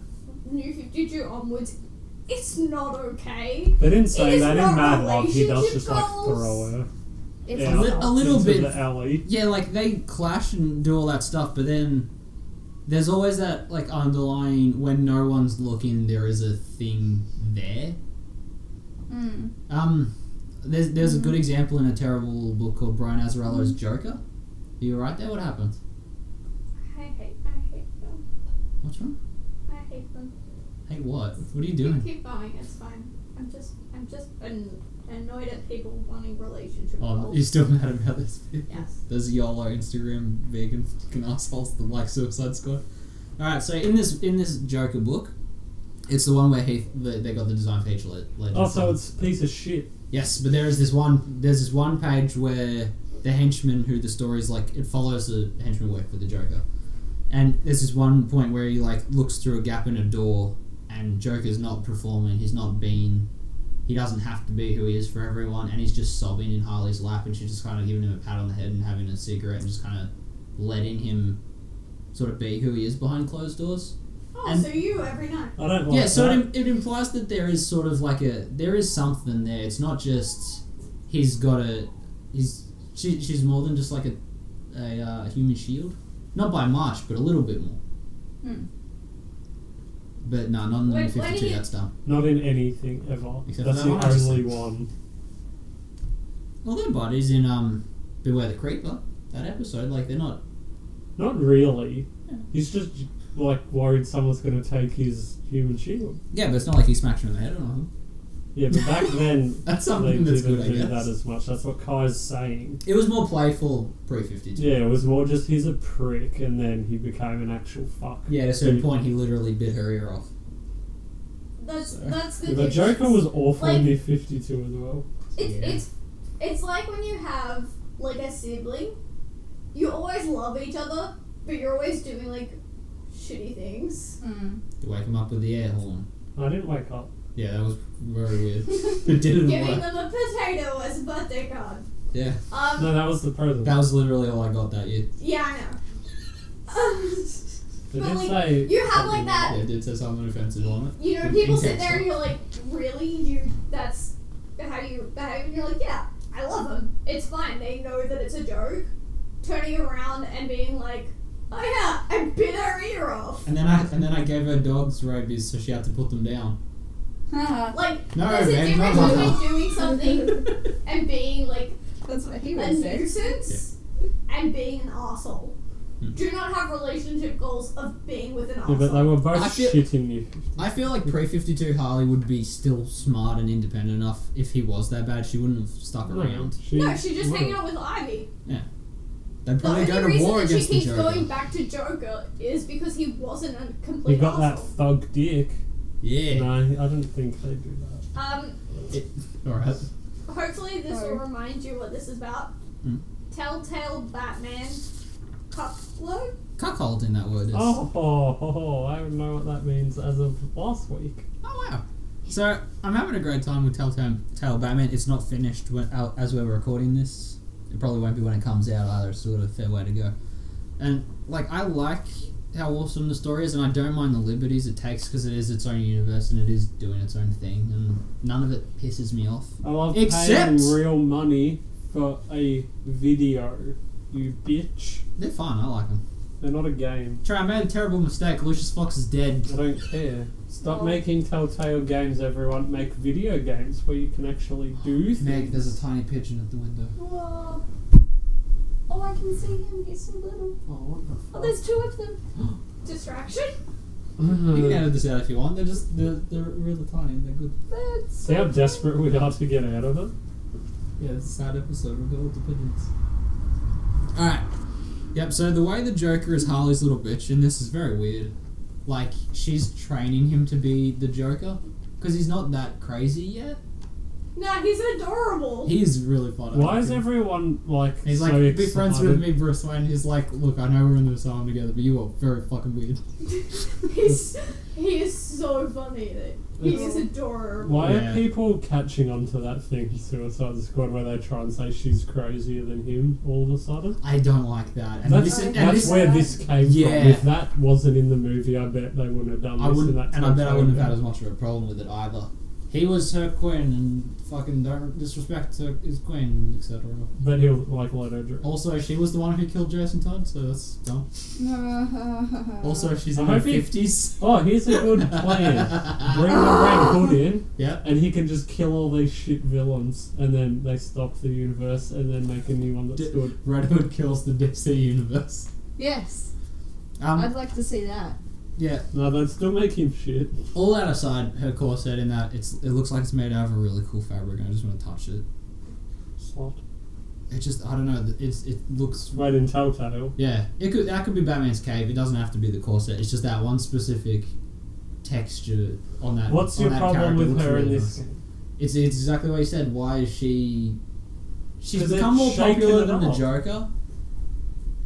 D: New 52 onwards, it's not okay.
B: They didn't say
D: It is
B: that in
D: not
B: Mad Love. He does
D: relationship
B: just like
D: goals.
B: throw her
A: It's
B: Yeah.
C: A, li- a little
B: into
C: bit.
B: the alley.
C: yeah, like they clash and do all that stuff, but then there's always that like underlying when no one's looking, there is a thing there.
A: Mm.
C: Um, there's there's a good example in a terrible book called Brian Azzarello's Joker. Are you right there? What happened?
D: I hate, I hate them.
C: What's wrong?
D: I hate them.
C: Hey, what? What are you
D: You
C: doing?
D: keep going, it's fine. I'm just, I'm just an- annoyed at people wanting relationship
C: Oh,
D: goals.
C: you still [laughs] mad about this?
D: Yes.
C: There's YOLO Instagram vegan fucking assholes that like Suicide Squad. All right, so in this in this Joker book, it's the one where Heath the, they got the design feature le- legend.
B: Oh, so
C: from.
B: it's a piece of shit.
C: yes, but there is this one there's this one page where the henchman who the story's like it follows the henchman work for the Joker, and there's this one point where he like looks through a gap in a door, and Joker's not performing. He's not being. He doesn't have to be who he is for everyone, and he's just sobbing in Harley's lap, and she's just kind of giving him a pat on the head and having a cigarette and just kind of letting him sort of be who he is behind closed doors.
D: Oh,
C: and-
D: so you every night.
B: I don't like
C: yeah, so
B: that.
C: it, im- it implies that there is sort of like a there is something there. It's not just he's got a he's she, she's more than just like a a uh, human shield, not by much, but a little bit more.
A: Hmm.
C: But no, not in
D: Wait,
C: the
D: why
C: fifty
D: do
C: two.
D: you-
C: That's dumb.
B: Not in anything ever.
C: Except
B: That's
C: for
B: the
C: that one I just
B: only
C: said.
B: one.
C: Well, their bodies in um Beware the Creeper that episode, like they're not.
B: Not really.
A: Yeah.
B: He's just like worried someone's going to take his human shield.
C: Yeah, but it's not like he smacked her in the head or nothing. [laughs]
B: Yeah, but back then
C: That's
B: they
C: something that's
B: didn't
C: good, I
B: do
C: guess.
B: that as much. That's what Kai's saying.
C: It was more playful pre 52.
B: Yeah, it was more just he's a prick, and then he became an actual fuck.
C: Yeah, at a certain point, he literally bit her ear off.
D: That's
C: So-
D: that's the.
B: The
D: difference.
B: Joker was awful
D: Like-
B: in New Fifty Two as well.
D: It's
C: Yeah.
D: it's it's like when you have like a sibling, you always love each other, but you're always doing like shitty things. [laughs]
A: Mm.
C: You wake him up with the air horn.
B: I didn't wake up.
C: Yeah, that was very
D: [laughs]
C: weird. it didn't
D: Giving
C: work.
D: them a potato as a birthday card.
C: Yeah,
D: Um,
B: No, that was the present.
C: that was literally all I got that year.
D: yeah, I
C: [laughs]
D: know. [laughs] Um,
B: They
D: but,
B: did
D: like,
B: say
D: you have,
B: something
D: like, that-
C: Yeah, it did say something offensive on it.
D: you know,
C: In-
D: people sit
C: intense
D: there and you're like, really? You that's how you behave? And you're like, yeah, I love them. It's fine. They know that it's a joke. Turning around and being like, oh yeah, I bit her ear off.
C: And then I and then I gave her dogs rabies, so she had to put them
D: [laughs]
C: down.
A: Haha,
D: Like,
C: No,
D: there's a
C: man,
D: difference
C: no, no,
D: between
C: no.
D: doing something and being like
A: [laughs] That's what he
D: a
A: would say.
D: nuisance and being an asshole.
C: Hmm.
D: Do not have relationship goals of being with an
B: Yeah, but they
D: asshole.
B: were
C: I
B: both
C: feel-
B: shit in
C: [laughs]
B: New 52.
C: I feel like pre fifty two Harley would be still smart and independent enough. If he was that bad, she wouldn't have stuck around.
B: She,
D: no, she just hanging out with Ivy.
C: They'd
D: The
C: probably
D: only
C: go to
D: reason
C: war
D: that she
C: against the
D: keeps
C: Joker.
D: going back to Joker is because he wasn't a complete
B: You got that
D: asshole.
B: thug dick.
C: yeah.
B: No, I don't think they do that.
D: Um,
C: It- all right.
D: hopefully this
A: Sorry.
D: will remind you what this is about.
C: Hmm.
D: Telltale Batman Cocklow?
C: Cuckold in that word is.
B: Oh, oh, oh, oh, I don't know what that means as of last week.
C: Oh, wow. So I'm having a great time with Telltale Tale Batman. It's not finished when, uh, as we're recording this. It probably won't be when it comes out either. It's still got a fair way to go. And like I like how awesome the story is, and I don't mind the liberties it takes because it is its own universe and it is doing its own thing, and none of it pisses me off.
B: I love
C: Except-
B: paying real money for a video, you bitch.
C: They're fine. I like them.
B: They're not a game.
C: Trey, I made a terrible mistake. Lucius Fox is dead.
B: I don't care. Stop
A: Oh.
B: making Telltale games, everyone. Make video games where you can actually do things.
C: Meg, there's a tiny pigeon at the window.
A: Whoa. Oh, I can see him. He's so little.
B: Oh, what the fuck?
A: Oh, there's two of them.
D: [gasps] Distraction?
B: [laughs]
C: You can [laughs] edit this out if you want. They're just they're, they're really tiny. They're good.
A: That's
B: See how desperate we are to get out of it?
C: Yeah, it's a sad episode. We'll go with the pigeons. Alright. Yep, so the way the Joker is Harley's little bitch, and this is very weird. Like, she's training him to be the Joker. Because he's not that crazy yet.
D: Nah, he's adorable.
C: He is really fun.
B: Why is everyone like
C: He's
B: so
C: like, be
B: excited?
C: friends with me, Bruce Wayne. He's like, look, I know we're in the asylum together, but you are very fucking weird.
D: [laughs] He's he is so funny. in it. He
C: [laughs]
D: is adorable.
B: Why
C: Yeah.
B: are people catching on to that thing in Suicide Squad where they try and say she's crazier than him all of a sudden?
C: I don't like that. And
B: That's,
C: this, and
B: that's
C: this,
B: where this came
C: Yeah.
B: from. If that wasn't in the movie, I bet they wouldn't have done
C: I
B: this.
C: wouldn't,
B: in that
C: and I bet I wouldn't
B: time.
C: have had as much of a problem with it either. He was her queen, and fucking don't disrespect her, his queen, etc.
B: But he'll like let her drink.
C: Also, she was the one who killed Jason Todd, so that's dumb. [laughs] Also, she's in
B: I
C: her
B: hope he-
C: fifties.
B: Oh, here's a good plan.
C: [laughs]
B: Bring the Red Hood in,
C: Yeah,
B: and he can just kill all these shit villains, and then they stop the universe, and then make a new one that's
C: Did-
B: good.
C: Red Hood kills the DC universe.
A: Yes, I'd
C: Um,
A: like to see that.
C: yeah.
B: No, they'd still make him shit.
C: All that aside, her corset in that it's it looks like it's made out of a really cool fabric. and I just want to touch it.
B: Slot.
C: It just I don't know. It's it looks
B: Right in Telltale.
C: Yeah, it could that could be Batman's cape. It doesn't have to be the corset. It's just that one specific texture on that.
B: What's
C: on
B: your
C: that
B: problem
C: character
B: with
C: looks
B: her in
C: really
B: this?
C: nice. It's it's exactly what you said. Why is she? She's
B: 'Cause
C: become
B: it's
C: more
B: shaken
C: popular
B: it
C: than the
B: off.
C: Joker,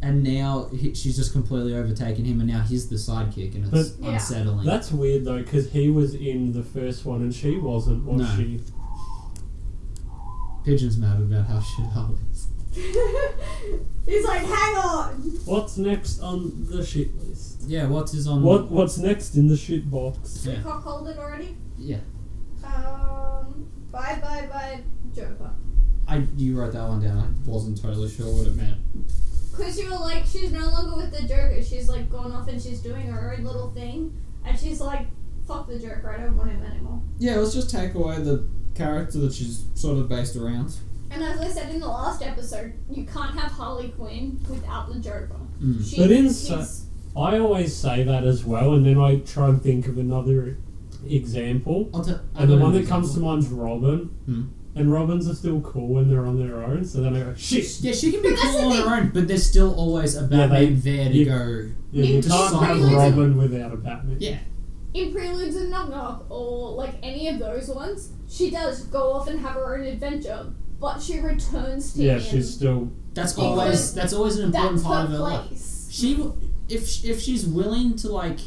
C: and now he, she's just completely overtaken him, and now he's the sidekick, and it's
D: But- Yeah.
C: unsettling.
B: That's weird though, because he was in the first one and she wasn't, was
C: No.
B: she?
C: Pigeon's mad about how shit Harley is.
D: he's like, hang on.
B: What's next on the shit list?
C: Yeah, what's his on?
B: What What's next in the shit box?
D: We
C: Yeah.
D: cockhold it already.
C: Yeah,
D: Um, bye bye bye Joker.
C: I you wrote that one down. I wasn't totally sure what it meant.
D: Cause you were like, she's no longer with the Joker. She's like gone off and she's doing her own little thing, and she's like, fuck the Joker. I don't want him anymore.
C: Yeah, let's just take away the character that she's sort of based around.
D: And as I said in the last episode, you can't have Harley Quinn without the Joker.
C: Mm.
D: She,
B: But in
D: she's-
B: I always say that as well, and then I try and think of another example.
C: I'll ta- I'll
B: And the
C: go
B: one
C: to
B: that comes to
C: example.
B: mind's Robin.
C: Hmm.
B: And Robins are still cool when they're on their own, so then I go, shit!
C: Yeah, she can be
D: But that's
C: cool on
D: the
C: her own, but there's still always a
B: Yeah,
C: Batman
B: they-
C: there to
B: you-
C: go.
B: Yeah, you
D: Need to
B: can't have
D: find-
B: Robin without a Batman.
C: Yeah.
D: in Preludes and Knock Knock or like any of those ones, she does go off and have her own adventure, but she returns to
B: Yeah,
D: him.
B: she's still.
C: That's
B: Oh,
C: always that's always an important
D: that's
C: part
D: her
C: of her life.
D: place.
C: She w- if sh- if she's willing to like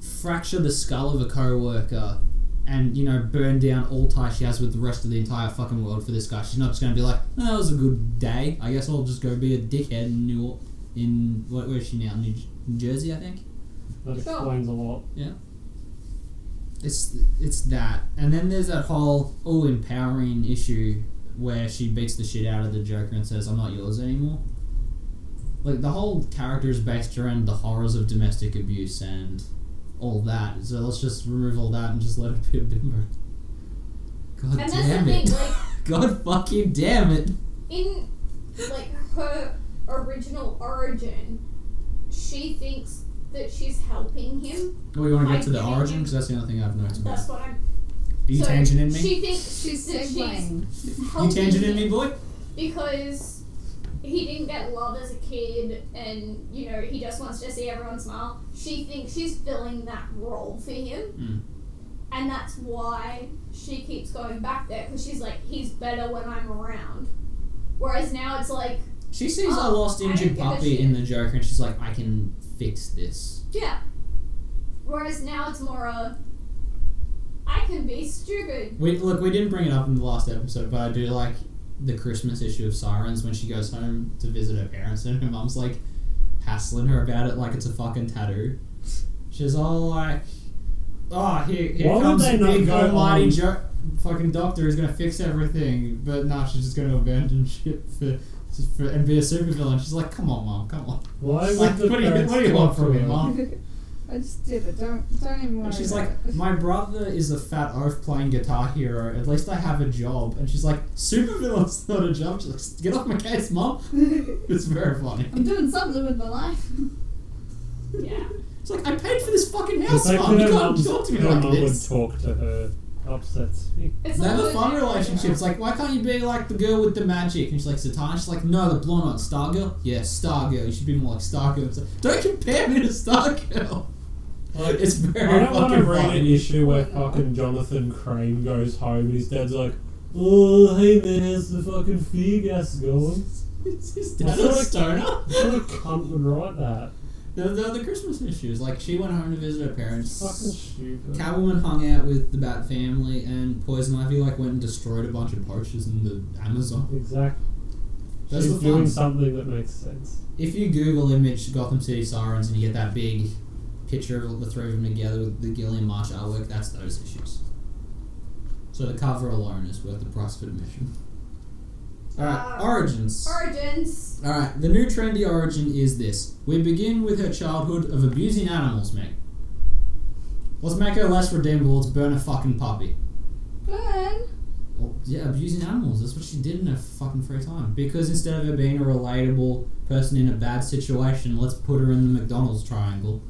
C: fracture the skull of a coworker and you know burn down all ties she has with the rest of the entire fucking world for this guy, she's not just gonna be like, oh, that was a good day. I guess I'll just go be a dickhead in New York. In where, where is she now? New, J- New Jersey, I think.
B: That
D: Sure.
B: explains a lot.
C: It's it's that, and then there's that whole oh empowering issue where she beats the shit out of the Joker and says, "I'm not yours anymore." Like the whole character is based around the horrors of domestic abuse and all that. So let's just remove all that and just let it be a bimbo. God
D: And that's
C: damn
D: the
C: it!
D: thing,
C: [laughs]
D: like
C: God fucking damn it!
D: in like her original origin, she thinks that she's helping him.
C: Oh, you want to
D: I
C: get to the
D: think-
C: origin because that's the other thing I've noticed. About.
D: That's
C: it.
D: what I'm.
C: Are you
D: so
C: tangenting me?
D: She thinks she's that
A: [laughs]
D: she's
A: Segueing.
C: you
D: helping
C: tangenting
D: him
C: me, boy?
D: because he didn't get love as a kid, and you know he just wants to see everyone smile. She thinks she's filling that role for him,
C: Mm.
D: and that's why she keeps going back there because she's like, he's better when I'm around. Whereas now it's like,
C: She sees a
D: Oh,
C: lost
D: I don't
C: injured
D: give a
C: puppy
D: shit.
C: in the Joker, and she's like, "I can fix this."
D: yeah. Whereas now it's more of, I can be stupid.
C: We look, we didn't bring it up in the last episode, but I do like the Christmas issue of Sirens when she goes home to visit her parents, and her mom's like hassling her about it like it's a fucking tattoo. She's all like, "Oh, here, here
B: Why would
C: comes
B: they not
C: big
B: go
C: almighty
B: on-
C: jo- fucking doctor who's gonna fix everything," but no, she's just gonna abandon [laughs] shit for. For, and be a supervillain. She's like, "Come on, mom, come on."
B: Why would
C: Like,
B: the
C: what do you,
B: parents
C: what do you want
B: talk
C: from
B: to
C: me,
B: her?
C: mom?
A: I just did it. Don't don't even worry.
C: um, And she's
A: about
C: like,
A: it.
C: My brother is a fat oaf playing Guitar Hero. At least I have a job. And she's like, Supervillain's not a job. She's like, Get off my case, mom. [laughs] It's very funny.
A: [laughs] I'm doing something with my life. [laughs]
D: Yeah.
C: It's like, I paid for this fucking
B: The
C: house,
B: fact
C: mom.
B: that
C: You
B: her
C: can't
B: mum's-
C: talk to me
B: her
C: like
B: mum would
C: this.
B: talk to her
C: [laughs]
B: upsets me.
D: [laughs] It's
C: They have a
D: little
C: fun
D: bit-
C: relationship. It's like, why can't you be like the girl with the magic? And she's like, Satana. She's like, no, the blonde not Stargirl? Yeah, Stargirl. You should be more like Stargirl. It's like, don't compare me to Stargirl.
B: Like,
C: It's very
B: I don't want to
C: fucking
B: read an
C: funny.
B: issue where fucking Jonathan Crane goes home and his dad's like, oh, hey man, how's the fucking fear gas going?
C: [laughs] It's just dad a stoner.
B: What a cunt would write that?
C: The, the, the Christmas issues. Like, she went home to visit her parents.
B: Fucking stupid.
C: Catwoman hung out with the Bat family, and Poison Ivy like went and destroyed a bunch of posters in the Amazon.
B: Exactly.
C: That's
B: She's
C: the
B: doing
C: fun-
B: something that makes sense.
C: If you Google image Gotham City Sirens and you get that big picture of the three of them together with the Gillian Marsh artwork, that's those issues. So the cover alone is worth the price of admission. All right,
D: Uh,
C: origins.
D: Origins.
C: All right, the new trendy origin is this: we begin with her childhood of abusing animals, mate. Let's make her less redeemable. Let's burn a fucking puppy.
A: Burn.
C: Well, yeah, abusing animals. That's what she did in her fucking free time. Because instead of her being a relatable person in a bad situation, let's put her in the McDonald's triangle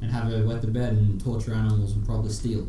C: and have her wet the bed and torture animals and probably steal.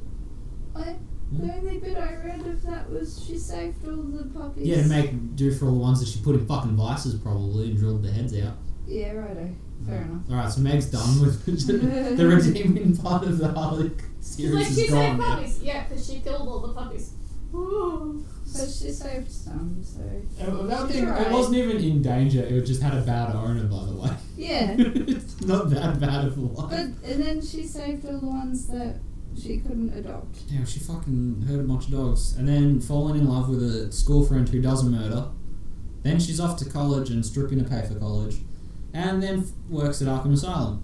A: I, the only bit I read of that was she saved all the puppies.
C: Yeah, to make do for all the ones that she put in fucking vices probably and drilled their heads out.
A: Yeah, righto. Fair enough.
C: Alright, so Meg's done with [laughs]
A: [laughs]
C: the redeeming part of the Harley
D: She's
C: series
D: like, she
C: is gone.
D: saved
C: now.
D: puppies. Yeah, because she killed all the puppies.
A: But she saved some, so
C: Uh, That
A: She's
C: thing, it
A: alright.
C: wasn't even in danger, it just had a bad owner, by
A: [laughs]
C: the way. [laughs]
B: [laughs]
A: yeah.
C: it's not that bad of a life.
A: But and then she saved all the ones that she couldn't adopt.
C: Yeah, she fucking hurt a bunch of dogs. And then falling in love with a school friend who does a murder. Then she's off to college and stripping to pay for college. And then f- works at Arkham Asylum,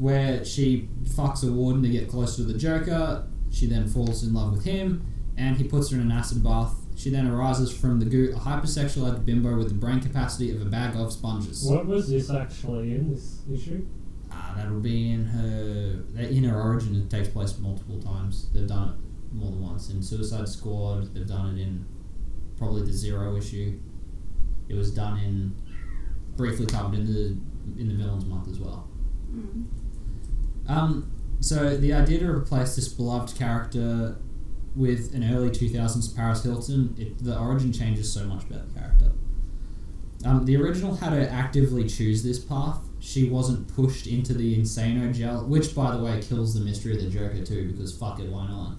C: where she fucks a warden to get closer to the Joker. She then falls in love with him, and he puts her in an acid bath. She then arises from the goo, a hypersexualized bimbo with the brain capacity of a bag of sponges.
B: What was this actually in this issue?
C: Ah, that'll be in her that in her origin. It takes place multiple times. They've done it more than once in Suicide Squad. They've done it in probably the Zero issue. It was done in briefly covered in the in the Villains Month as well.
A: Mm.
C: Um, So the idea to replace this beloved character with an early 2000s Paris Hilton, it, the origin changes so much about the character. Um, the original had her actively choose this path. She wasn't pushed into the Insano gel, which, by the way, kills the mystery of the Joker too, because fuck it, why not?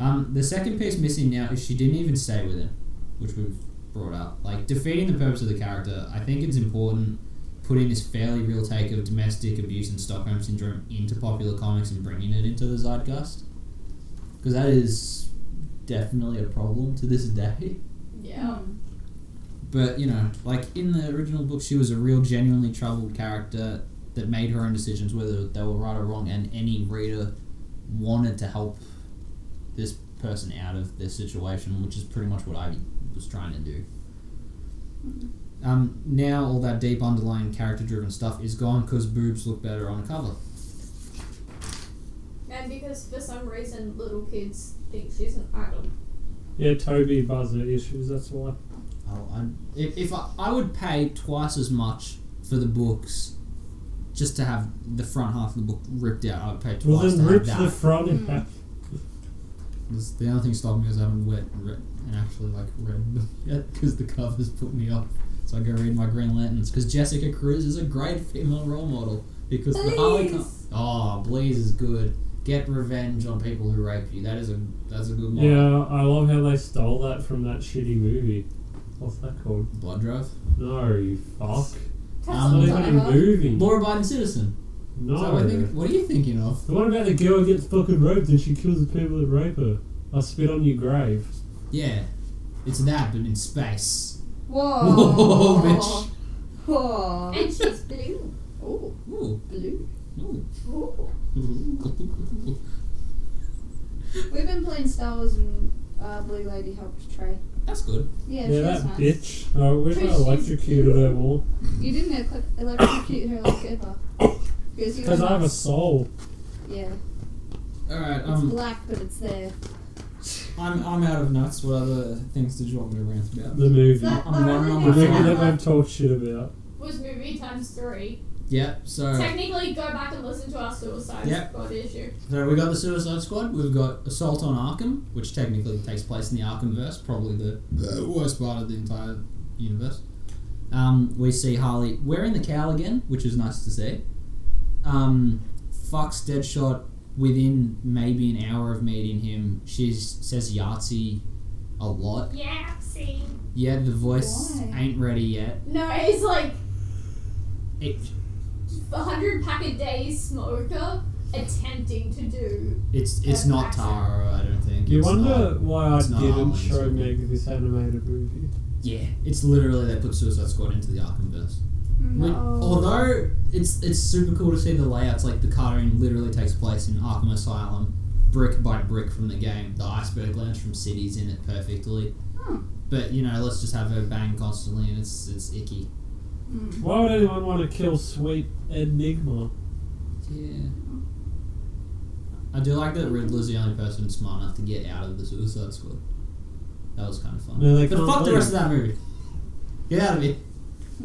C: Um, the second piece missing now is she didn't even stay with him, which we've brought up. Like, defeating the purpose of the character, I think it's important putting this fairly real take of domestic abuse and Stockholm syndrome into popular comics and bringing it into the zeitgeist. Because that is definitely a problem to this day.
D: Yeah.
C: But, you know, like in the original book, she was a real, genuinely troubled character that made her own decisions, whether they were right or wrong, and any reader wanted to help this person out of their situation, which is pretty much what I was trying to do. Um, now, all that deep underlying character driven stuff is gone because boobs look better on a cover.
D: And because for some reason little kids think she's an idol.
B: Yeah, Toby buzzer issues, that's why.
C: Oh, I, if, if I, I would pay twice as much for the books just to have the front half of the book ripped out, I would pay twice
B: Well,
C: to
B: then
C: have
B: rip
C: that.
B: the front
A: Mm.
B: half.
C: That's the only thing stopping me is I haven't wet re- and actually like read them [laughs] yet because the covers put me off. So I go read my Green Lanterns because Jessica Cruz is a great female role model because the Harley. Co-
D: Blaze!
C: oh, Blaze is good. Get revenge on people who rape you. That is a that's a good model.
B: Yeah, I love how they stole that from that shitty movie. What's that called?
C: Blood Drive.
B: No, you fuck. It's
C: Um,
B: not
D: Tesla
B: even a movie.
C: Laura Biden citizen.
B: No.
C: Is that what, I think, what are you thinking of?
B: The one about the girl who gets fucking raped and she kills the people that rape her. I spit on your grave.
C: Yeah, it's that but in space. [laughs]
B: [laughs]
A: Whoa. Oh.
C: Whoa, bitch.
A: Whoa.
D: And she's blue.
A: Ooh,
C: Ooh,
A: blue.
C: ooh.
D: Ooh.
A: We've been playing Star Wars and uh, Blue Lady helped Trey.
C: [laughs] That's good.
A: Yeah,
B: Yeah,
A: she
B: that
A: was nice.
B: bitch. Oh, we've
D: She's-
B: electrocuted her more.
A: You didn't elec- electrocute her like ever.
B: [coughs]
A: Because you were
B: Because I have a
A: nice.
B: soul.
A: Yeah,
C: All right.
A: it's
C: Um,
A: black, but it's there.
C: I'm, I'm out of nuts. What other things did you want me to rant about?
B: The movie.
D: That
C: I'm
D: the
C: running on
D: only
B: The
C: my
D: thing
B: movie
D: I
B: that
D: liked
B: we've talked shit about.
D: was movie times three.
C: Yep. So,
D: Technically, go back and listen to our suicide
C: Yep.
D: squad issue.
C: so we got the Suicide Squad. We've got Assault on Arkham, which technically takes place in the Arkhamverse, probably the, the worst part of the entire universe. Um, we see Harley wearing the cowl again, which is nice to see. Um, fucks Deadshot within maybe an hour of meeting him. She says Yahtzee a lot.
D: Yeah, see.
C: Yeah, the voice
A: Why?
C: ain't ready yet.
D: No, he's like
C: It,
D: a hundred pack a day smoker attempting to do.
C: it's it's not Tara, I don't think.
B: You
C: It's
B: wonder
C: not-
B: why I
C: it's not
B: didn't
C: Harley's
B: show
C: movie.
B: Meg this animated movie.
C: Yeah, it's literally they put Suicide Squad into the Arkhamverse. Like,
A: No.
C: Although it's it's super cool to see the layouts, like the cartoon literally takes place in Arkham Asylum, brick by brick from the game. The iceberg lounge from cities in it perfectly.
A: Hmm.
C: But you know, let's just have her bang constantly, and it's it's icky.
A: Mm.
B: Why would anyone want to kill sweet Enigma?
C: Yeah. I do like that Riddler's the only person smart enough to get out of the Suicide Squad. That was kind of fun.
B: No, they
C: but
B: can't
C: fuck the
B: leave.
C: rest of that movie. Get out of it.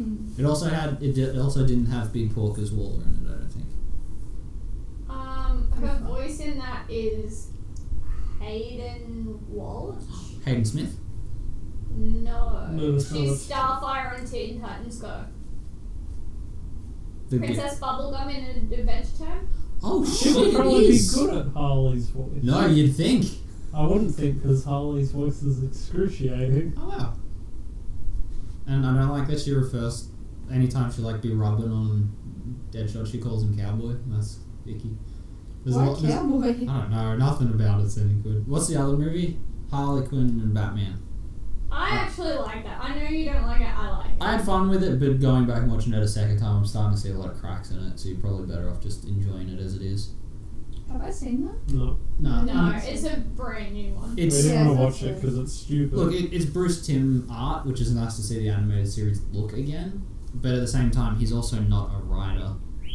A: Mm.
C: It also had it, di- it also didn't have Big Porker's Waller in it. I don't think.
D: Um, her voice in that is Hayden Walsh.
C: Hayden Smith.
D: No,
B: No, that's not
D: she's Starfire on Teen Titans Go.
C: The good-
D: Princess Bubblegum in Adventure Time.
C: Oh
B: She
C: shit!
B: would
C: it
B: probably be
C: is.
B: good at Harley's voice.
C: No, you'd think.
B: I wouldn't think because Harley's voice is excruciating.
C: Oh wow. And I don't like that she refers anytime she like be rubbing on Deadshot. She calls him cowboy. That's icky. There's a
A: Why
C: lot- there's-
A: cowboy?
C: I don't know. Nothing about it's any good. What's the other movie? Harley Quinn and Batman.
D: I
C: Right.
D: actually like that. I know you don't like it. I like it.
C: I had fun with it, but going back and watching it a second time, I'm starting to see a lot of cracks in it. So you're probably better off just enjoying it as it is.
A: Have I seen that?
B: No,
C: No,
D: no,
C: um,
D: it's a brand new one.
B: we
C: it's
B: didn't
A: Yeah,
B: want to
A: that's
B: watch it
A: it.
B: because it's stupid.
C: Look, it, it's Bruce Tim art, which is nice to see the animated series look again. But at the same time, he's also not a writer,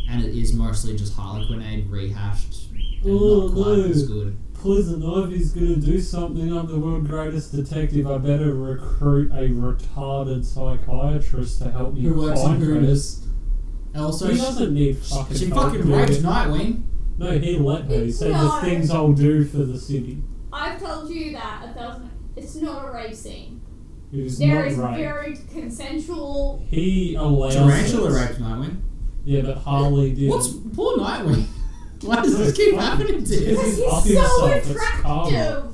C: and it is mostly just Harlequinade rehashed and
B: Oh,
C: not quite
B: no.
C: as good.
B: Pleasant Ivy's gonna do something. I'm the world's greatest detective. I better recruit a retarded psychiatrist to help me
C: Who works in
B: find her.
C: Hooters? Also,
B: He
C: she,
B: doesn't need fucking
C: she
B: help,
C: fucking
B: dude.
C: raped Nightwing.
B: No, he let her. He said
D: No.
B: the things I'll do for the city.
D: I've told you that a thousand. It's not a racing.
B: It was
D: There
B: not
D: is
B: right.
D: very consensual.
B: He allows
C: Tarantula
B: it.
C: raped Nightwing.
B: Yeah, but Harley did.
C: What's poor Nightwing? [laughs] Why does this keep happening to him?
B: This is
D: Because he's
B: up
D: so
B: himself, it's karma.
D: attractive.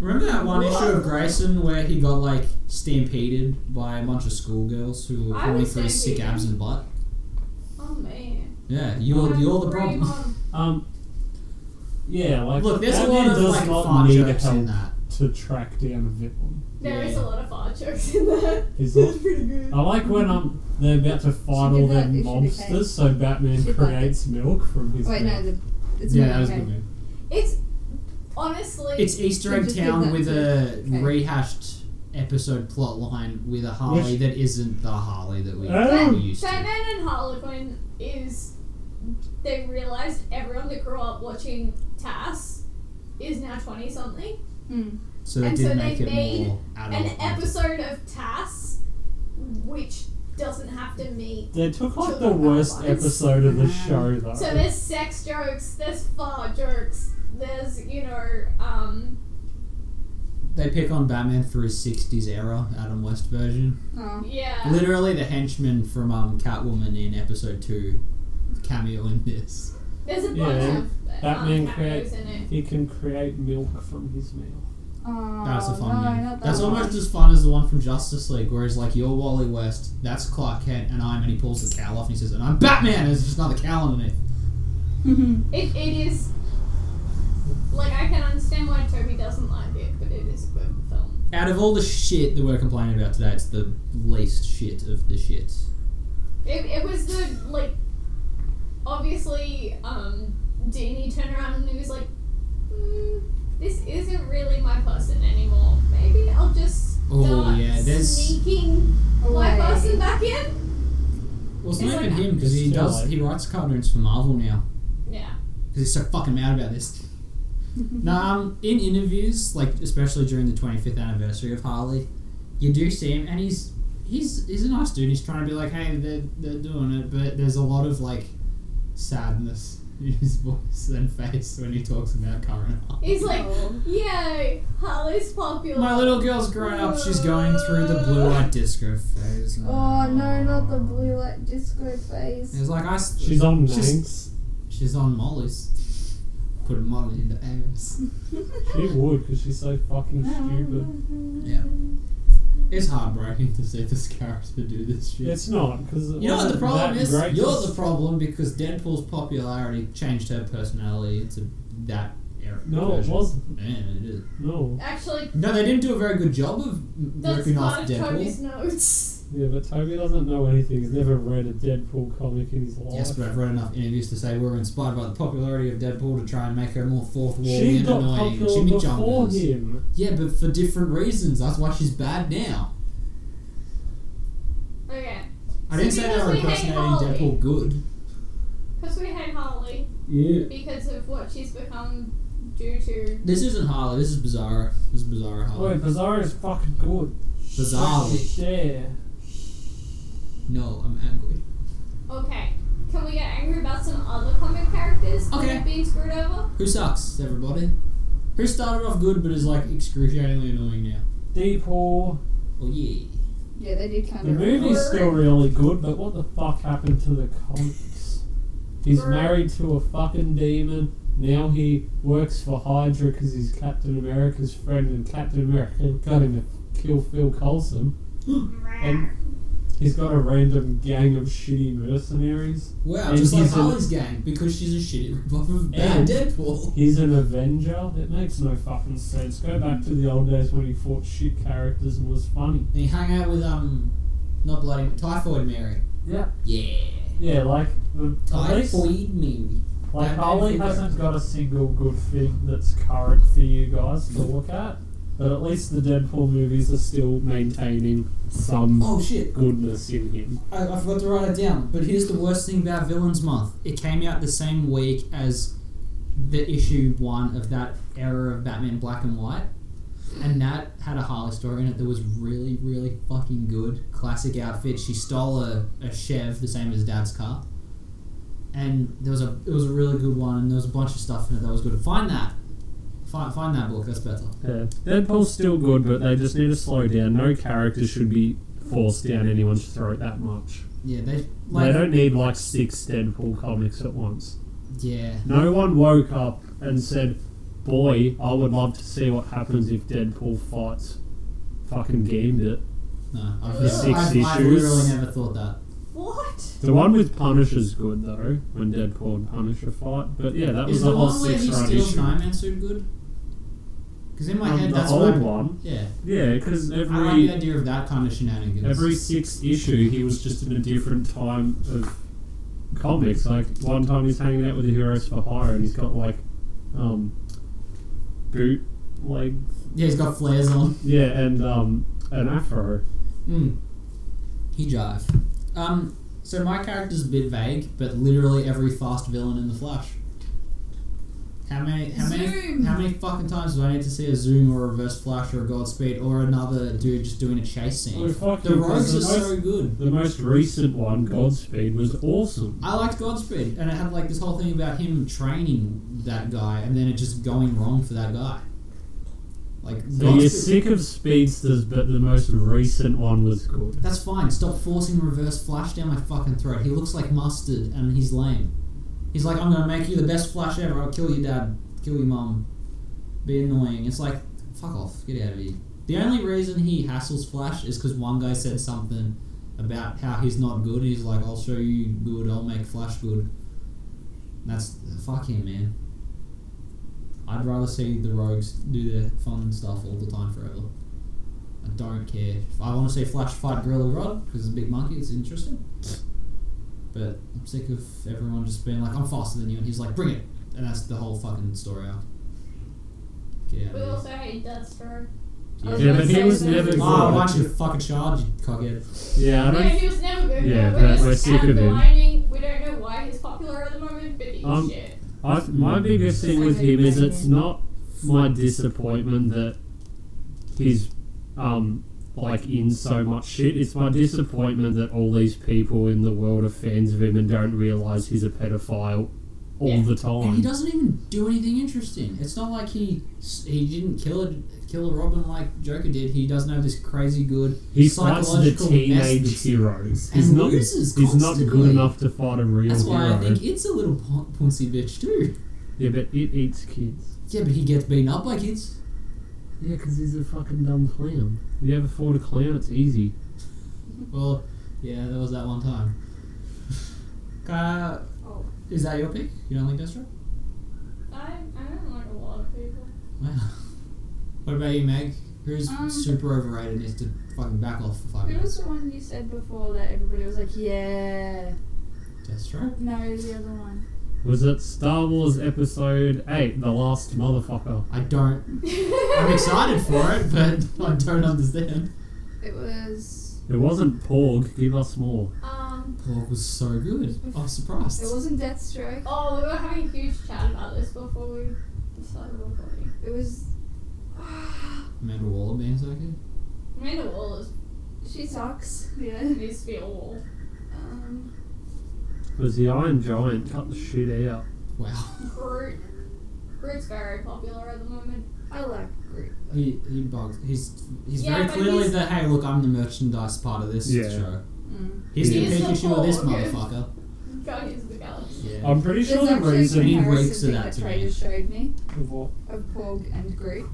C: Remember that one
D: What?
C: issue of Grayson where he got like stampeded by a bunch of schoolgirls who were
D: I
C: calling
D: was
C: for his sick
D: stampeded.
C: abs and butt?
D: Oh man.
C: Yeah, you're
D: I'm
C: you're the
D: brave
C: problem.
D: on-
B: Um, yeah, like
C: Look, there's a
B: Batman
C: lot of
B: does
C: like
B: not
C: fart
B: need
C: jokes
B: help
C: in that.
B: to track down a villain.
D: There is
C: Yeah.
D: a lot of fart jokes in that.
B: Is
D: It's
B: it?
D: pretty good.
B: I like when um they're about to fight
A: She did
B: all
A: that,
B: them
A: it should be cake.
B: mobsters, so Batman
A: She did that.
B: creates milk from his.
A: Wait, no,
B: milk.
A: the, it's
C: yeah,
A: not
C: that was a
A: okay.
C: good movie.
D: It's honestly.
C: It's Easter
A: So
C: Egg
A: just give
C: Town
A: that
C: with
A: to-
C: a
A: okay.
C: rehashed episode plot line with a Harley
B: Which-
C: that isn't the Harley that we
B: Oh.
C: we used to.
D: Batman and Harlequin is they realized everyone that grew up watching Tass is now twenty something.
A: Hmm.
C: So they
D: and
C: did
D: so
C: make
D: they
C: it
D: made
C: more adult.
D: An episode of Tass, which doesn't have to meet.
B: They took like the
D: Children
B: worst
D: Valentine's.
B: episode of the
A: Mm.
B: show though.
D: So there's sex jokes, there's fart jokes, there's you know um
C: They pick on Batman for his '60s era Adam West version.
A: Oh.
D: yeah.
C: Literally, the henchman from um, Catwoman in episode two cameo in this.
D: There's a bunch
B: Yeah,
D: of uh,
B: Batman
D: um, cameos
B: create-
D: in it.
B: he can create milk from his mouth.
A: Oh,
C: That's a fun
A: no,
C: one.
A: not that
C: That's
A: one.
C: almost as fun as the one from Justice League, where he's like, "You're Wally West, that's Clark Kent, and I'm," and he pulls the cowl off and he says, "And I'm Batman." And it's just another cowl underneath.
A: [laughs]
D: It, it is like I can understand why Toby doesn't like it, but it is a good film.
C: Out of all the shit that we're complaining about today, it's the least shit of the shit.
D: It, it was the like obviously um Danny turned around and he was like, mm, "This isn't really my person anymore. Maybe I'll just start
C: Oh, yeah, there's-
D: sneaking my
A: Away.
D: person back in."
C: Well, it's not
D: It's
C: even
D: like-
C: him because he
B: It's still
C: does
B: like-
C: he writes cartoons for Marvel now.
D: Yeah,
C: because he's so fucking mad
A: [laughs]
C: about this. no, um, in interviews, like especially during the 25th anniversary of Harley, you do see him, and he's he's he's a nice dude. He's trying to be like, hey, they're they're doing it, but there's a lot of like sadness [laughs] in his voice and face when he talks about current. Harley.
D: he's like,
A: Oh.
D: "Yay, Harley's popular."
C: My little girl's grown up. She's going through the blue light disco phase.
A: Oh no, not the blue light disco phase.
C: It's like I. s-
B: She's on
C: she's,
B: wings.
C: she's on Molly's. Put a Molly in the ass.
A: [laughs]
B: She would, because she's so fucking stupid.
C: Yeah. It's heartbreaking to see this character do this shit.
B: It's not, because
C: you know what the problem is? You're the problem because Deadpool's popularity changed her personality into that era.
B: No, it
C: version.
B: wasn't.
C: Man, it is.
B: No,
D: Actually,
C: No, they didn't do a very good job of m-
D: that's
C: ripping off
D: part of
C: Deadpool.
D: Toby's notes. [laughs]
B: yeah, but Toby doesn't know anything. He's never read a Deadpool comic in his life.
C: Yes, but I've read enough interviews to say we were inspired by the popularity of Deadpool to try and make her more fourth wall
B: she
C: and
B: got
C: annoying.
B: popular
C: Jimmy
B: before
C: Jumper's.
B: him.
C: Yeah, but for different reasons. That's why she's bad now.
D: Okay,
C: I
D: So
C: didn't say they
D: because
C: were
D: we hate
C: impersonating
D: Harley.
C: Deadpool good.
D: because we hate Harley.
B: Yeah.
D: because of what she's become due to.
C: This isn't Harley. This is Bizarro. This is Bizarro Harley.
B: Wait, Bizarre is fucking good.
C: Bizarrely.
B: Yeah.
C: No, I'm angry.
D: Okay, can we get angry about some other comic characters that
C: Okay.
D: are being screwed over?
C: Who sucks, everybody? Who started off good but is like excruciatingly annoying now?
B: Deadpool.
C: Oh yeah.
A: Yeah, they did kind
B: The
A: of.
B: movie's still really good, but what the fuck happened to the comics? He's
D: Right.
B: married to a fucking demon. Now he works for Hydra because he's Captain America's friend, and Captain America got him to kill Phil Coulson. And he's got a random gang of shitty mercenaries.
C: Wow,
B: And
C: just like
B: he's an-
C: Harley's gang because she's a shitty ripoff of
B: And-
C: bad Deadpool.
B: He's an Avenger. It makes no fucking sense. Go back to the old days when he fought shit characters and was funny.
C: And he hung out with um, not bloody Typhoid Mary.
B: Yeah.
C: Yeah.
B: Yeah, like the at least-
C: Typhoid Mary.
B: Like
C: Batman
B: Harley
C: Forever.
B: hasn't got a single good thing that's current for you guys to look at, but at least the Deadpool movies are still maintaining some
C: Oh shit!
B: goodness in him.
C: I, I forgot to write it down. But here's the worst thing about Villains Month. It came out the same week as the issue one of that era of Batman Black and White. And that had a Harley story in it that was really, really fucking good. Classic outfit. She stole a, a Chev, the same as Dad's car. and there was a it was a really good one, and there was a bunch of stuff in it that was good. Find that, find, find that book. That's better.
B: Yeah. Deadpool's still good, but they just need to slow down. No character should be forced down anyone's throat that much.
C: Yeah, they
B: they
C: like
B: don't need like six Deadpool comics at once.
C: yeah.
B: No one woke up and said, "Boy, I would love to see what happens if Deadpool fights." Fucking gamed it.
C: No, I've,
D: The
C: never-
D: six
C: I've, I've
B: issues.
C: literally never thought that.
D: What?
B: The one with Punisher's good though, when Deadpool and Punisher fight. But yeah, that was
C: Is
B: the
C: the
B: whole
C: one where
B: six
C: he
B: run
C: steals
B: issue.
C: Nightman suit good? Because in my
B: Um,
C: head,
B: the
C: that's
B: old
C: what I-
B: one.
C: Yeah,
B: Yeah, because
C: I like the
B: every
C: idea of that kind of shenanigans.
B: every sixth issue, he was just in a different time of comics. Like one time he's hanging out with the heroes for hire, and he's got like um, boot like
C: yeah, he's got flares on.
B: yeah, and um, an afro.
C: Mm. He jive. Um, so my character's a bit vague, but literally every fast villain in the Flash. How many? How many?
D: Zoom.
C: How many fucking times do I need to see a zoom or a reverse Flash or a Godspeed or another dude just doing a chase
B: Oh,
C: scene?
B: fuck
C: The
B: you, 'cause
C: rogues
B: the
C: are
B: most-
C: so good.
B: The most recent one, Godspeed, was awesome.
C: I liked Godspeed, and it had like this whole thing about him training that guy, and then it just going wrong for that guy. Like
B: So you're
C: Godspeed-
B: sick of speedsters, but the most recent one was good.
C: That's fine. Stop forcing Reverse Flash down my fucking throat. He looks like mustard, and he's lame. He's like, I'm gonna make you the best Flash ever. I'll kill your dad, kill your mum, be annoying. It's like, fuck off, get out of here. The only reason he hassles Flash is because one guy said something about how he's not good. and He's like, I'll show you good. I'll make Flash good. That's fuck him, man. I'd rather see the rogues do their fun stuff all the time forever. I don't care. If I want to see Flash fight Gorilla Rod because it's a big monkey. It's interesting. But I'm sick of everyone just being like, "I'm faster than you," and he's like, "Bring it," and that's the whole fucking story arc. Get out
D: We
C: of
D: also
C: here.
D: hate Deathstroke.
C: Yeah.
B: Yeah, but he was never good.
C: Oh, why don't you fucking charge, you cockhead?
B: Yeah, I
D: No,
B: don't
D: he was never good.
B: Yeah,
D: no,
B: that-
D: we're
B: we're
D: just
B: sick of him.
D: outlining. We don't know why he's popular at the moment, but he's
B: Um,
D: shit.
B: i my biggest thing with him is it's not my disappointment that he's um, like in so much shit. It's my disappointment that all these people in the world are fans of him and don't realize he's a pedophile all
D: Yeah.
B: the
C: And he
B: time.
C: doesn't even do anything interesting. It's not like he he didn't kill a kill a Robin like Joker did. He doesn't have this crazy good
B: He fights the
C: psychological
B: teenage
C: mess.
B: heroes.
C: and
B: He's not.
C: loses
B: He's not good
C: constantly.
B: enough to fight a real
C: That's why
B: hero.
C: I think it's a little pun- punsy bitch too.
B: yeah, but it eats kids.
C: Yeah, but he gets beaten up by kids.
B: Yeah, because he's a fucking dumb clown. You ever fought a clown? It's easy.
C: Well, yeah, that was that one time. [sighs] Kyle,
D: Oh,
C: is that your pick? You don't like Deathstroke?
D: I, I don't like a lot of people.
C: Wow. What about you, Meg? Who's
A: Um,
C: super overrated and needs to fucking back off for five
A: Who was
C: minutes?
A: the one you said before that everybody was like, yeah?
C: Deathstroke?
A: No, it was the other one.
B: Was it Star Wars Episode 8, The Last Motherfucker?
C: I don't. I'm excited for it, but I don't understand.
A: It was.
B: It wasn't Porg, give us more.
D: [laughs] Um.
C: Pork was so good. I was surprised.
A: It wasn't Deathstroke.
D: Oh, we were having a huge chat about this before we started recording.
A: It was.
C: Amanda Waller being so good.
D: Amanda Waller is-
A: She sucks. Yeah.
D: needs to be a wall.
A: Um,
B: It was the Iron Giant, cut the shit out.
C: Wow.
D: Groot. Groot's very popular at the moment.
A: I like Groot.
C: He, he bugs. He's he's
D: Yeah,
C: very
D: but
C: clearly
D: he's-
C: the hey look I'm the merchandise part of this
B: Yeah.
C: show.
A: Mm.
C: He's the
B: He's
D: the
C: Pikachu of this
D: Hulk.
C: motherfucker.
D: Guardians of the Galaxy.
C: Yeah.
B: I'm pretty sure the
A: actually a
B: reason.
C: he wakes
A: comparison
C: it up
A: that
C: to me.
A: Trader showed me
B: What?
A: of Porg and Groot.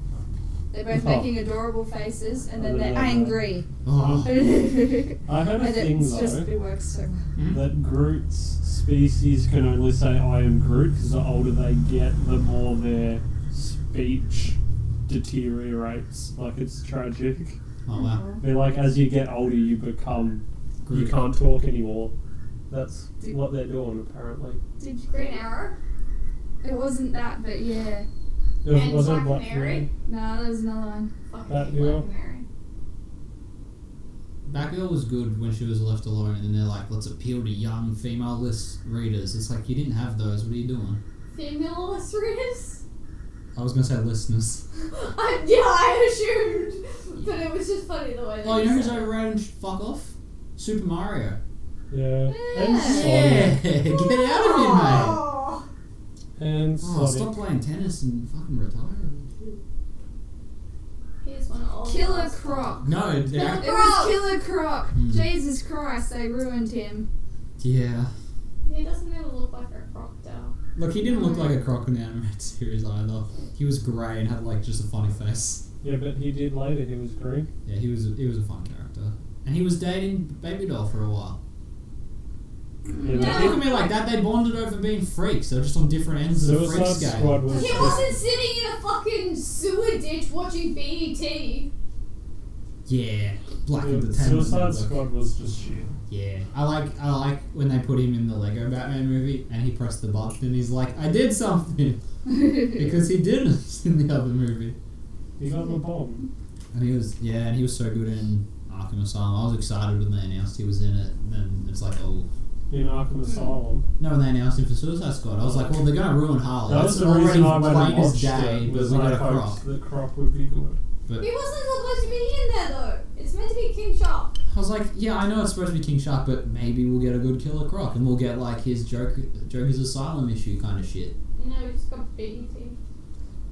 A: They're both
B: Oh.
A: making adorable faces, and
B: I
A: then
B: would
A: they're
B: love that.
A: angry. [laughs]
C: Oh.
D: [laughs]
A: and
B: I heard a thing
A: it's
B: though
A: just it works so well.
B: that Groot's species can only say I am Groot because the older they get, the more their speech deteriorates. Like it's tragic.
C: Oh wow.
B: But like as you get older, you become you
C: Groot.
B: can't talk anymore. That's what they're doing apparently.
A: Did you?
D: Green Arrow.
A: It wasn't that, but yeah.
B: It was-
D: And
B: wasn't
D: Black
B: Black
D: Canary?
B: Canary.
A: No, there was another one.
D: Fucking
B: That
D: hate
B: girl.
D: Black Canary.
C: Batgirl was good when she was left alone, and they're like, let's appeal to young female list readers. It's like you didn't have those. What are you doing?
D: Female illustrious?
C: I was gonna say listeners.
D: [laughs] I, yeah, I assumed. But it was just funny the way that
C: Oh, you know who's
D: said it.
C: overrated? and should Fuck off. Super Mario.
B: Yeah. And
A: Yeah.
B: Sonya.
C: Oh, [laughs] Get out of here, mate.
D: Oh.
B: And
C: Oh, stop
B: Sonic.
C: playing tennis and fucking retire.
D: Here's one of all
A: Killer Croc.
C: No,
A: It
C: yeah.
A: was
D: Croc.
A: Killer Croc.
C: Hmm.
A: Jesus Christ, they ruined him.
C: [laughs] yeah.
D: He doesn't even look like a crocodile.
C: Look, he didn't look like a croc in the animated [laughs] series either. He was grey and had like just a funny face.
B: Yeah, but he did later. He was green.
C: Yeah, he was a, he was a fun character, and he was dating Baby Doll for a while.
B: Yeah.
D: Yeah.
C: Look at me like that. They bonded over being freaks. They're just on different ends of the freak
B: Suicide
C: scale.
B: Squad was.
D: He wasn't sitting in a fucking sewer ditch watching E BET.
C: Yeah, Black
B: Yeah,
C: Entertainment.
B: Suicide
C: Network.
B: Squad was just shit.
C: Yeah, I like I like when they put him in the Lego Batman movie and he pressed the button and he's like, I did something [laughs] because he didn't [laughs] in the other movie.
B: He got the bomb.
C: And he was yeah, and he was so good in Arkham Asylum. I was excited when they announced he was in it. And then it's like, oh
B: In Arkham Asylum.
C: no, when they announced him for Suicide Squad, I was like, well, they're gonna ruin Harley.
B: That
C: Oh, That's
B: was the
C: already
B: reason I went and
C: plain as
B: watched
C: day,
B: it.
C: but
B: Was
C: we got
B: I
C: a croc.
B: hoped that Croc would be good.
D: He wasn't supposed to be in there though. It's meant to be King Shark.
C: I was like, yeah, I know it's supposed to be King Shark, but maybe we'll get a good Killer Croc and we'll get like his Joker, Joker's Asylum issue kind of shit.
D: No, he just got E BET.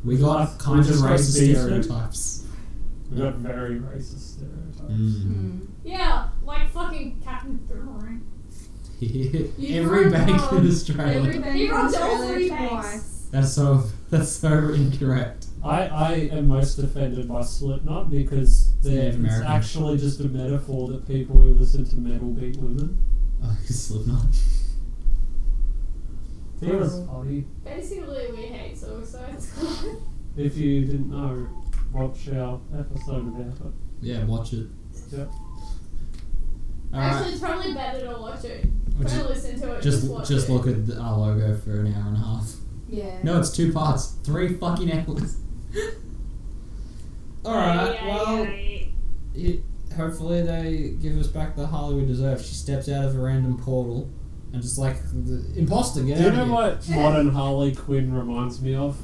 C: We got
B: Like,
C: kind
B: we
C: of
B: just got
C: racist
B: decent.
C: stereotypes.
B: We got very racist
A: [laughs]
B: stereotypes.
C: Mm. [laughs]
A: Hmm.
D: Yeah, like fucking Captain Boomerang.
C: Every
D: ruined
C: bank in
D: mine.
C: Australia.
A: Every bank
D: He
A: in
D: runs all
A: Australia
D: three
A: twice.
D: banks.
C: That's so. [laughs] That's so incorrect.
B: I, I am most offended by Slipknot because they're,
C: Native
B: it's
C: American.
B: actually just a metaphor that people who listen to metal beat women.
C: Oh, [laughs] Slipknot.
B: He was
A: Oh.
B: funny.
D: Basically, we hate Suicide [laughs] Squad.
B: If you didn't know, watch our episode about it.
C: Yeah, watch it.
B: Yep.
C: Alright.
D: Actually, it's probably better to watch it. Don't
C: Just,
D: listen to it. Just, watch
C: just, just
D: it.
C: look at the- our logo for an hour and a half.
A: Yeah. [laughs]
C: No, it's two parts. Three fucking hours. [laughs] Alright,
D: Aye, aye,
C: well.
D: aye.
C: it, hopefully they give us back the Harley we deserve. She steps out of a random portal and just like the imposter. Get
B: Do you
C: out
B: know
C: of
B: what modern Harley Quinn reminds me of?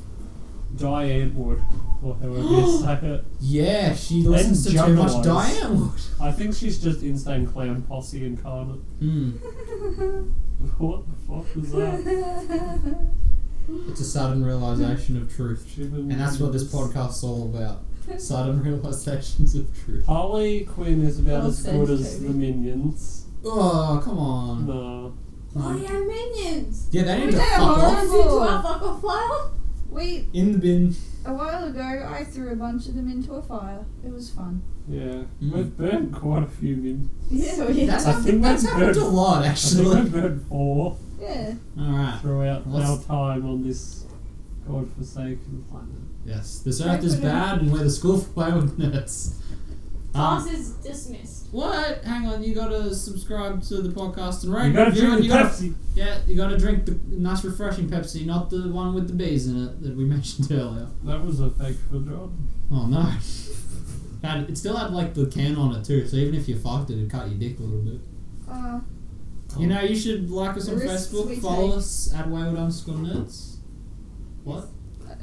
B: Diane Wood, or however
C: [gasps]
B: you say it.
C: Here. Yeah, she listens to too much
B: Juggalos.
C: Diane Wood.
B: I think she's just insane clown posse incarnate. [laughs]
D: [laughs]
C: Hmm.
B: What the fuck was
C: [laughs]
B: that?
C: It's a sudden realization of truth,
B: She
C: and that's what this podcast's all about. Sudden [laughs] realizations of truth.
B: Harley Quinn is about
A: Well
B: as
A: said,
B: good as
A: Toby.
B: the Minions.
C: Oh, come on.
B: No.
D: Oh yeah, minions.
C: Yeah, they need
A: We
C: to
A: did
C: fuck
A: horrible.
C: off.
D: Listen to our fuck off file.
A: we
C: In the
D: [laughs]
C: bin.
A: a while ago I threw a bunch of them into a fire. It was [laughs] fun.
B: Yeah.
C: Mm.
B: We've burned quite a few Minions.
A: So
C: That's,
B: I
C: happened-
A: [laughs]
B: think
C: that's
B: that's
C: happened
B: good.
C: a lot,
B: I think we've [laughs]
C: actually.
B: burned four
A: yeah.
C: Alright.
B: throughout our
C: What's-
B: time on this godforsaken planet.
C: Yes, this earth is bad and we're the school for wayward
D: [laughs]
C: nerds.
D: Class is dismissed.
C: what? Hang on, you gotta subscribe to the podcast and rate.
B: You gotta
C: review
B: drink
C: and
B: the
C: you gotta-
B: Pepsi.
C: yeah, you gotta drink the nice refreshing Pepsi, not the one with the bees in it that we [laughs] mentioned earlier.
B: That was a fake for job.
C: Oh
D: [laughs]
C: no. Had- it still had like the can on it too, so even if you fucked it, it cut your dick a little bit.
A: Uh,
C: You know, you should like us
A: The
C: on
A: risks we
C: Facebook, follow
A: take.
C: us at wayward underscore nerds. What?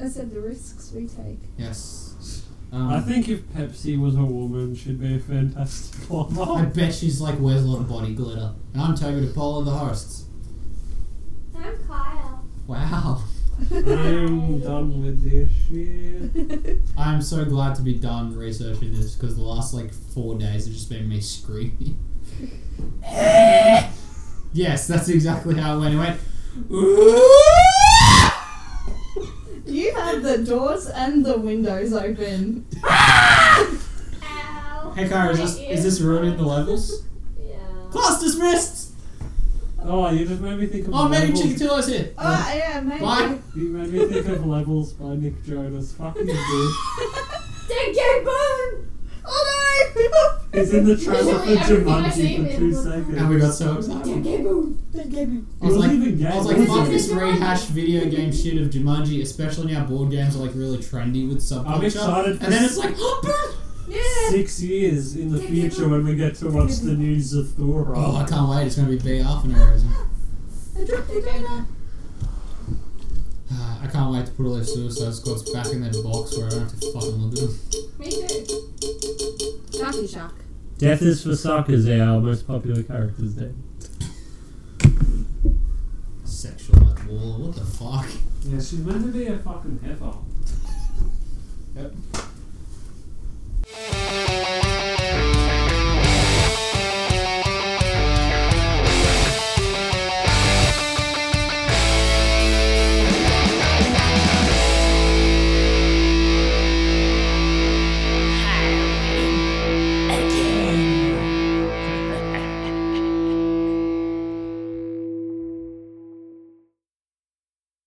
A: I said the risks we take.
C: Yes. Um,
B: I think if Pepsi was a woman, she'd be a fantastic [laughs]
C: I
B: woman.
C: bet she's like wears a lot of body glitter. And I'm Toby DePaulo, the host.
D: I'm Kyle.
C: Wow.
B: I'm done with this shit.
C: I'm so glad to be done researching this because the last like four days have just been me screaming. [laughs] yes, that's exactly how it went. It went.
A: [laughs] you had the doors and the windows open.
D: Ow.
C: Hey, Kara, is this,
D: My
C: is this
D: ear.
C: ruining the levels?
D: Yeah.
C: Class dismissed!
B: Oh, you just made me think of
C: Oh, Maggie
B: levels.
C: Chikatilo's here!
A: Oh yeah, maybe.
C: Bye!
B: You made me think of levels by Nick Jonas. Fucking good. [laughs]
D: Dead Gay Bone.
A: [laughs] oh no!
B: It's in the trailer for
D: Literally everything I've seen
B: Jumanji for two
D: is levels.
B: seconds.
C: And we got so
D: Dead
C: excited.
D: Gay Bone.
C: I was
B: It
C: like,
B: wasn't even
C: I was
B: gay,
C: like,
B: was
C: fuck
B: it?
C: this rehash video game shit of Jumanji, especially now board games are like really trendy with subculture.
B: I'm excited for
C: And then
B: s-
C: it's like,
B: [laughs]
C: [gasps] oh, boom!
A: Yeah.
B: six years in the future when we get to watch the news of Thor.
C: Oh, I can't wait. It's going to be B alpha terrorism.
A: I dropped the banner.
C: [sighs] I can't wait to put all those Suicide Squads back in their box where I don't have to fucking look at them.
D: Me too.
A: Sharky shark.
B: Death is for Suckers, our most popular character's dead.
C: Waller. What the fuck?
B: Yeah, she's meant to be a fucking heifer.
C: Yep.